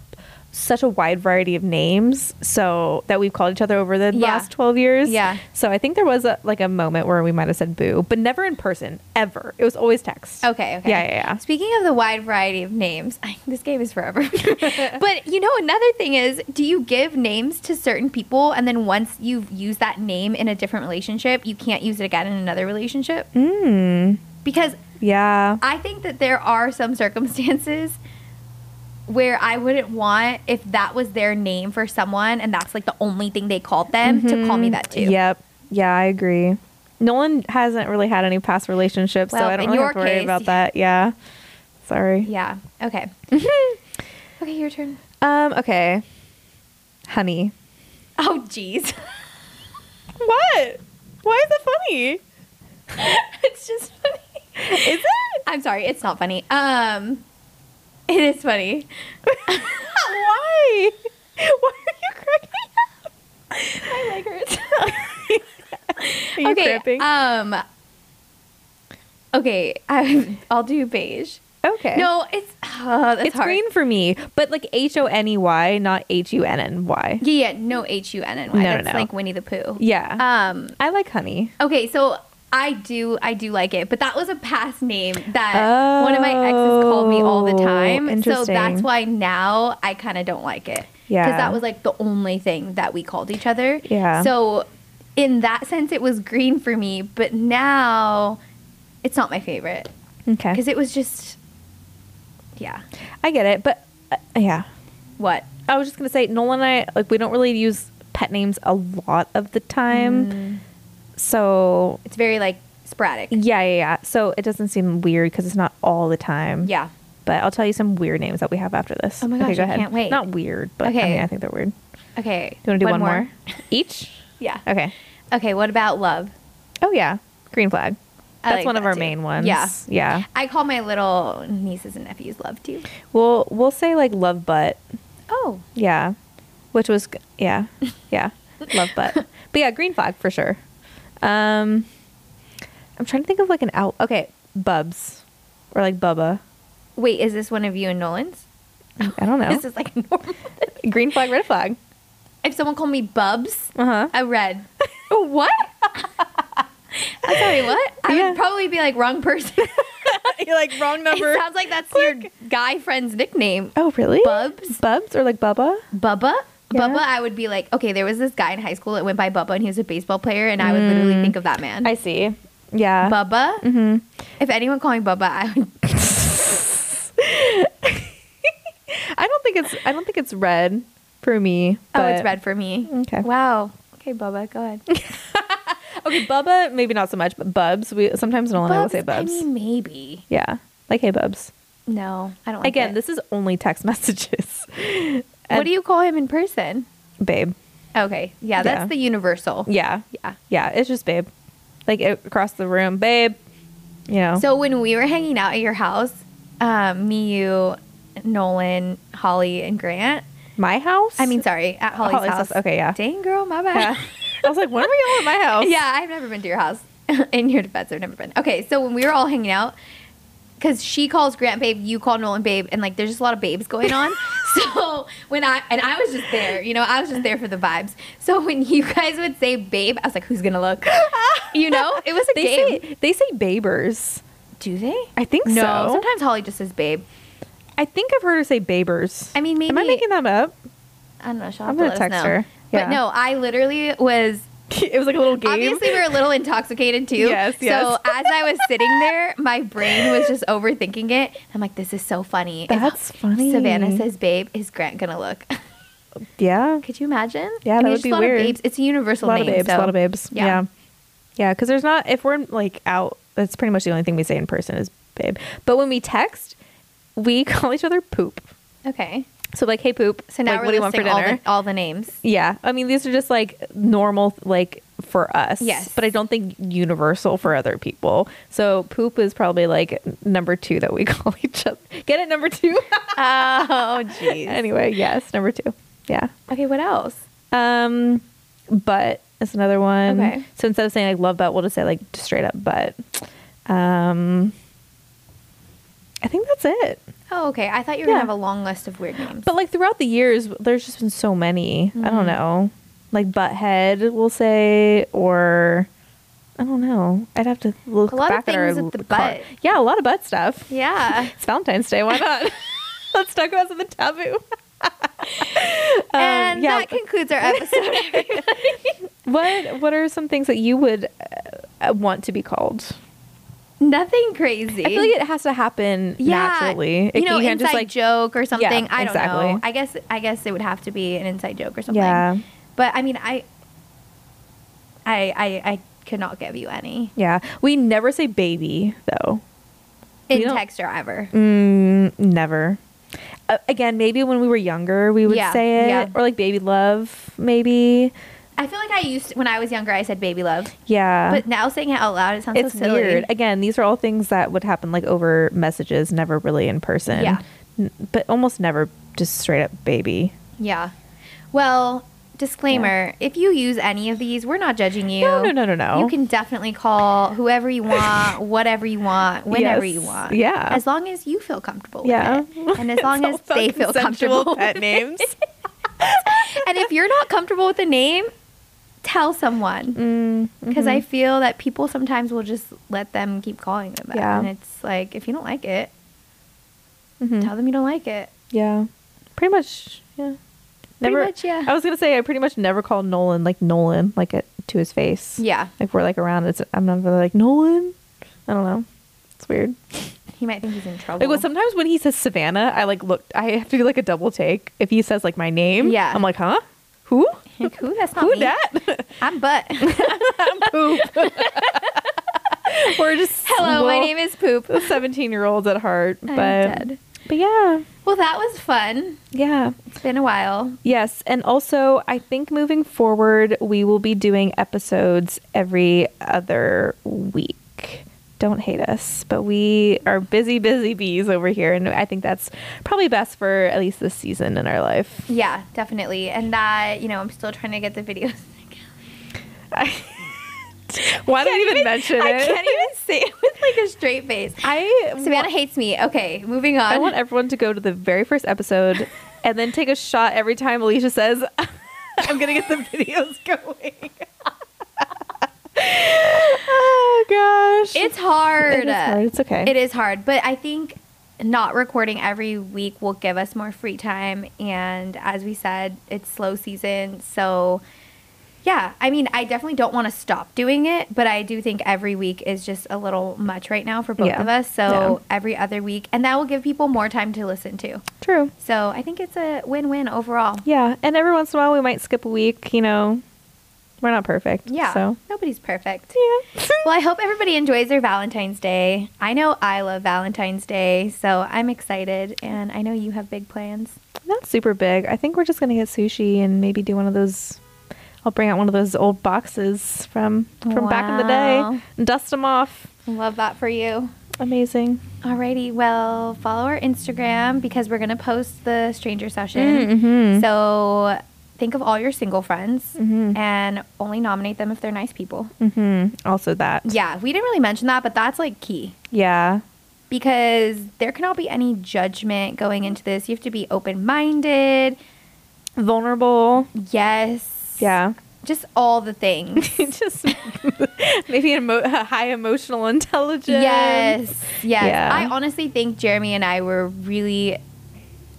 such a wide variety of names, so that we've called each other over the
Yeah.
last twelve years.
Yeah.
So I think there was a, like a moment where we might have said boo, but never in person ever. It was always text.
Okay, okay.
Yeah, yeah, yeah.
Speaking of the wide variety of names, <laughs> I, this game
<laughs>
is forever. but you know, another thing is, do you give names to certain people, and then once you've used that name in a different relationship, you can't use it again in another relationship? Mm. Because
Hmm. Yeah.
I think that there are some circumstances where I wouldn't want if that was their name for someone, and that's like the only thing they called them to call me that too.
Yep. Mm-hmm. Yeah, I agree. Nolan hasn't really had any past relationships, so
Well,
I don't
in
really
your
have to worry
case,
about
yeah.
that. Yeah. Sorry.
Yeah. Okay.
<laughs>
okay, your turn.
Um, okay. Honey.
Oh, jeez. <laughs>
What? Why is it funny?
it's just funny.
Is <laughs> it?
I'm sorry, it's not funny. Um, it is funny.
Why? Why are you cracking up?
My leg hurts.
<laughs> Are you
<laughs> okay,
cramping?
Um. Okay, I, I'll do beige.
okay.
No, it's uh, that's
it's
hard.
green for me, but like H O N E Y, not H U N N Y.
Yeah, yeah, no H U N N Y.
No, no,
That's
no.
like Winnie the Pooh.
Yeah.
Um.
I like honey.
Okay, so I do, I do like it, but that was a past name that one of my exes called me all the
Oh,
time. So
interesting.
that's why now I kind of don't like it.
Yeah.
because that was like the only thing that we called each other.
Yeah.
So in that sense, it was green for me, but now it's not my favorite
Okay.
because it was just, yeah.
I get it, but uh, yeah.
What?
I was just gonna say, Nolan and I like we don't really use pet names a lot of the time, so
It's very like sporadic.
yeah, yeah, yeah. So it doesn't seem weird because it's not all the time.
Yeah.
But I'll tell you some weird names that we have after this.
Oh my gosh, I can't wait.
Not weird, but I
Okay.
mean, I think they're weird. Do
Okay.
you want to do one, more? <laughs> Each?
Yeah. <laughs>
Okay.
Okay. What about love?
Oh, yeah. Green flag.
I
That's
like
one of
that
our
too.
main ones.
Yeah.
Yeah.
I call my little nieces and nephews love too.
We'll, we'll say like love butt.
Oh,
Yeah. Which was, g-
<laughs>
yeah. Yeah. love butt. But yeah, green flag for sure. Um, I'm trying to think of like an out. Okay. Bubs or like Bubba.
wait, is this one of you and Nolan's?
I don't know.
<laughs> This is like normal.
green flag, red flag.
if someone called me Bubs,
Uh huh.
I read. <laughs> what? I'm sorry, what? I
Yeah.
would probably be like wrong <laughs> person.
<laughs> You're like wrong number.
it sounds like that's your guy friend's nickname.
Oh, really?
Bubs?
Bubs or like Bubba?
Bubba?
Yeah.
Bubba, I would be like, okay, there was this guy in high school that went by Bubba and he was a baseball player, and I would literally think of that man.
I see. Yeah. <laughs>
Bubba?
hmm
If anyone called me Bubba, I would.
I don't think it's I don't think it's red for me.
Oh, it's
but-
red for me.
Okay.
Wow. Okay, Bubba, go ahead.
Okay, Bubba maybe not so much, but Bubs. We sometimes Nolan and I will say Bubs.
I mean, maybe.
yeah, like hey Bubs.
No, I don't. Like
Again,
it.
this is only text <laughs> messages.
What do you call him in person?
babe?
Okay, yeah, that's
Yeah.
the universal.
Yeah,
Yeah.
yeah. It's just babe, like a- across the room, babe. You know.
So when we were hanging out at your house, um, me, you, Nolan, Holly, and Grant.
my house.
I mean, sorry, at Holly's,
Holly's
house.
house, okay, yeah.
Dang, girl,
yeah. <laughs>
my bad.
I was like, when are we all at <laughs> my house?
yeah, I've never been to your house. <laughs> in your defense, I've never been. Okay, so when we were all hanging out, because she calls Grant babe, you call Nolan babe, and like there's just a lot of babes going
<laughs>
on. <laughs> so when I and I was just there, you know, I was just there for the vibes. So when you guys would say babe, I was like, who's
<laughs>
gonna look? You know, it was a
They
game.
say they say babers.
Do they?
I think
no.
so.
Sometimes Holly just says babe.
I think I've heard her say babers.
I mean, maybe
Am I making that up? <laughs>
I don't know. She'll
I'm
have to
gonna
let
text
us know.
her. Yeah.
But no, I literally was
it was like a little game.
Obviously, we were a little intoxicated too.
Yes, yes.
So <laughs> as I was sitting there, my brain was just overthinking it. I'm like, this is so funny. If
That's funny.
Savannah says, "Babe, is Grant gonna look?" <laughs>
yeah.
Could you imagine?
Yeah,
I
that
mean,
would
there's
be
a lot
weird.
Of babes. It's a
A
universal
lot
name.
of babes.
so-
A lot of babes.
Yeah.
Yeah. Yeah, because there's not if we're like out That's pretty much the only thing we say in person is babe. But when we text, we <laughs> call each other poop.
Okay.
So like, hey poop.
So now
Like,
we're
what do you want for
listing all
dinner?
the, all the names.
Yeah. I mean, these are just like normal, like for us.
Yes.
But I don't think universal for other people. So poop is probably like number two that we <laughs> call each other. Get it, number two?
<laughs> Oh, jeez.
anyway, yes, number two. Yeah.
Okay, what else?
Um, but is another one.
Okay.
So instead of saying like love butt, we'll just say like just straight up butt. Um, I think that's it.
Oh, okay. I thought you were
Yeah.
gonna have a long list of weird names.
But like throughout the years, there's just been so many. I don't know. Like butthead, we'll say, or I don't know. I'd have to look
A lot of
back at our
things with the
car-
butt.
Yeah, a lot of butt stuff.
yeah.
It's Valentine's Day. Why <laughs> not? Let's talk about something <laughs> taboo. <laughs> Um,
and
yeah,
that concludes our episode. <laughs>
what what are some things that you would uh, uh, want to be called?
Nothing crazy.
I feel like it has to happen naturally. It,
you know,
can't
inside joke or something. I don't
exactly.
know. I guess I guess it would have to be an inside joke or something.
Yeah.
But I mean, I, I, I, I could not give you any
yeah. We never say baby though. We
in
don't-
text or ever.
Mm, never. Uh, again, maybe when we were younger, we would
Yeah,
say it,
yeah.
or like baby love, maybe.
I feel like I used when I was younger. I said baby love,
Yeah,
but now saying it out loud, it sounds
Uh. it's
so silly.
weird. Again, these are all things that would happen like over messages, never really in person.
Yeah.
N- but almost never just straight up baby.
Yeah. Well, disclaimer: if you use any of these, we're not judging you.
No, no, no, no, no.
You can definitely call whoever you want, whatever you want, whenever
Yes.
you want.
Yeah.
As long as you feel comfortable with
Yeah.
it. And as long as
It's all
they
about
feel
consensual <laughs>
comfortable.
pet
<laughs>
names.
and if you're not comfortable with the name, tell someone.
Mm,
Because I feel that people sometimes will just let them keep calling them that.
Yeah.
And it's like, if you don't like it,
mhm.
tell them you don't like it.
Yeah. Pretty much. Yeah.
Pretty
Never.
much, yeah.
I was gonna say I pretty much never call Nolan like Nolan like it to his face.
Yeah.
Like we're like around. It's I'm not really like Nolan. I don't know. It's weird.
He might think he's in trouble.
Like well, sometimes when he says Savannah, I like look. I have to do like a double take. If he says like my name,
Yeah.
I'm like, huh? Who?
Like, Who? That's not
Who
me.
that? <laughs>
I'm butt.
Poop. <laughs> we're just
Hello, my name is Poop.
is 17 year olds at heart.
I'm
but
dead.
but yeah,
Well, that was fun.
yeah.
It's been a while.
Yes, and also I think moving forward we will be doing episodes every other week. Don't hate us, but we are busy, busy bees over here, and I think that's probably best for at least this season in our life. <laughs>
Yeah, definitely. And that, you know, I'm still trying to get the videos. <laughs>
Why did I even mention
I
it? <laughs>
can't even say it with like a straight face.
I
Savannah hates me. Okay, moving on.
I want everyone to go to the very first <laughs> episode and then take a shot every time Alicia says, <laughs> I'm going to <laughs> get the videos going. oh, gosh.
it's hard.
It is hard. It's okay.
It is hard, but I think not recording every week will give us more free time. And as we said, it's slow season, so yeah. I mean, I definitely don't want to stop doing it, but I do think every week is just a little much right now for both
Yeah.
of us. So every other week, and that will give people more time to listen to.
True.
So I think it's a win-win overall.
Yeah. And every once in a while, we might skip a week. You know, we're not perfect.
Yeah,
So,
nobody's perfect.
yeah.
Well, I hope everybody enjoys their Valentine's Day. I know I love Valentine's Day, so I'm excited, and I know you have big plans.
<laughs> not super big. I think we're just going to get sushi and maybe do one of those. I'll bring out one of those old boxes from from back in the
Wow.
day and dust them off.
Love that for you.
Amazing.
Alrighty, well, follow our Instagram because we're gonna post the stranger session.
Mm-hmm.
So think of all your single friends
Mhm.
and only nominate them if they're nice people.
Mm-hmm. Also that.
Yeah, we didn't really mention that, but that's like key
Yeah.
because there cannot be any judgment going into this. You have to be open minded.
Vulnerable.
Yes.
Yeah.
Just all the things.
<laughs> Just <laughs> maybe emo- a high emotional intelligence.
Yes, yes.
Yeah.
I honestly think Jeremy and I were really.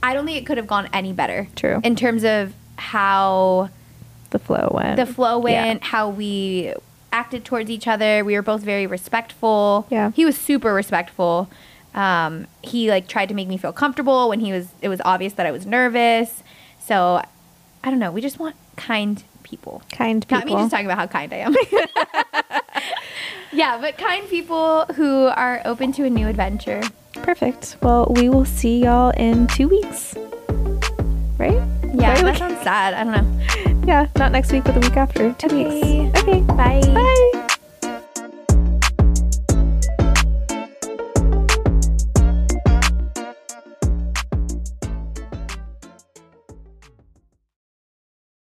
I don't think it could have gone any better.
True.
In terms of how
The flow went.
the flow
Um, Yeah.
went, how we acted towards each other, we were both very respectful.
Yeah.
He was super respectful. Um, he like tried to make me feel comfortable when he was. It was obvious that I was nervous. So, I don't know. We just want kind people.
kind
Not me
people.
just talking about how kind I am. <laughs> Yeah, but kind people who are open to a new adventure.
Perfect. Well, we will see y'all in two weeks. Right?
Yeah,
Right?
that sounds sad. I don't know.
yeah, not next week, but the week after. Two
Okay.
weeks. Okay.
Bye.
Bye.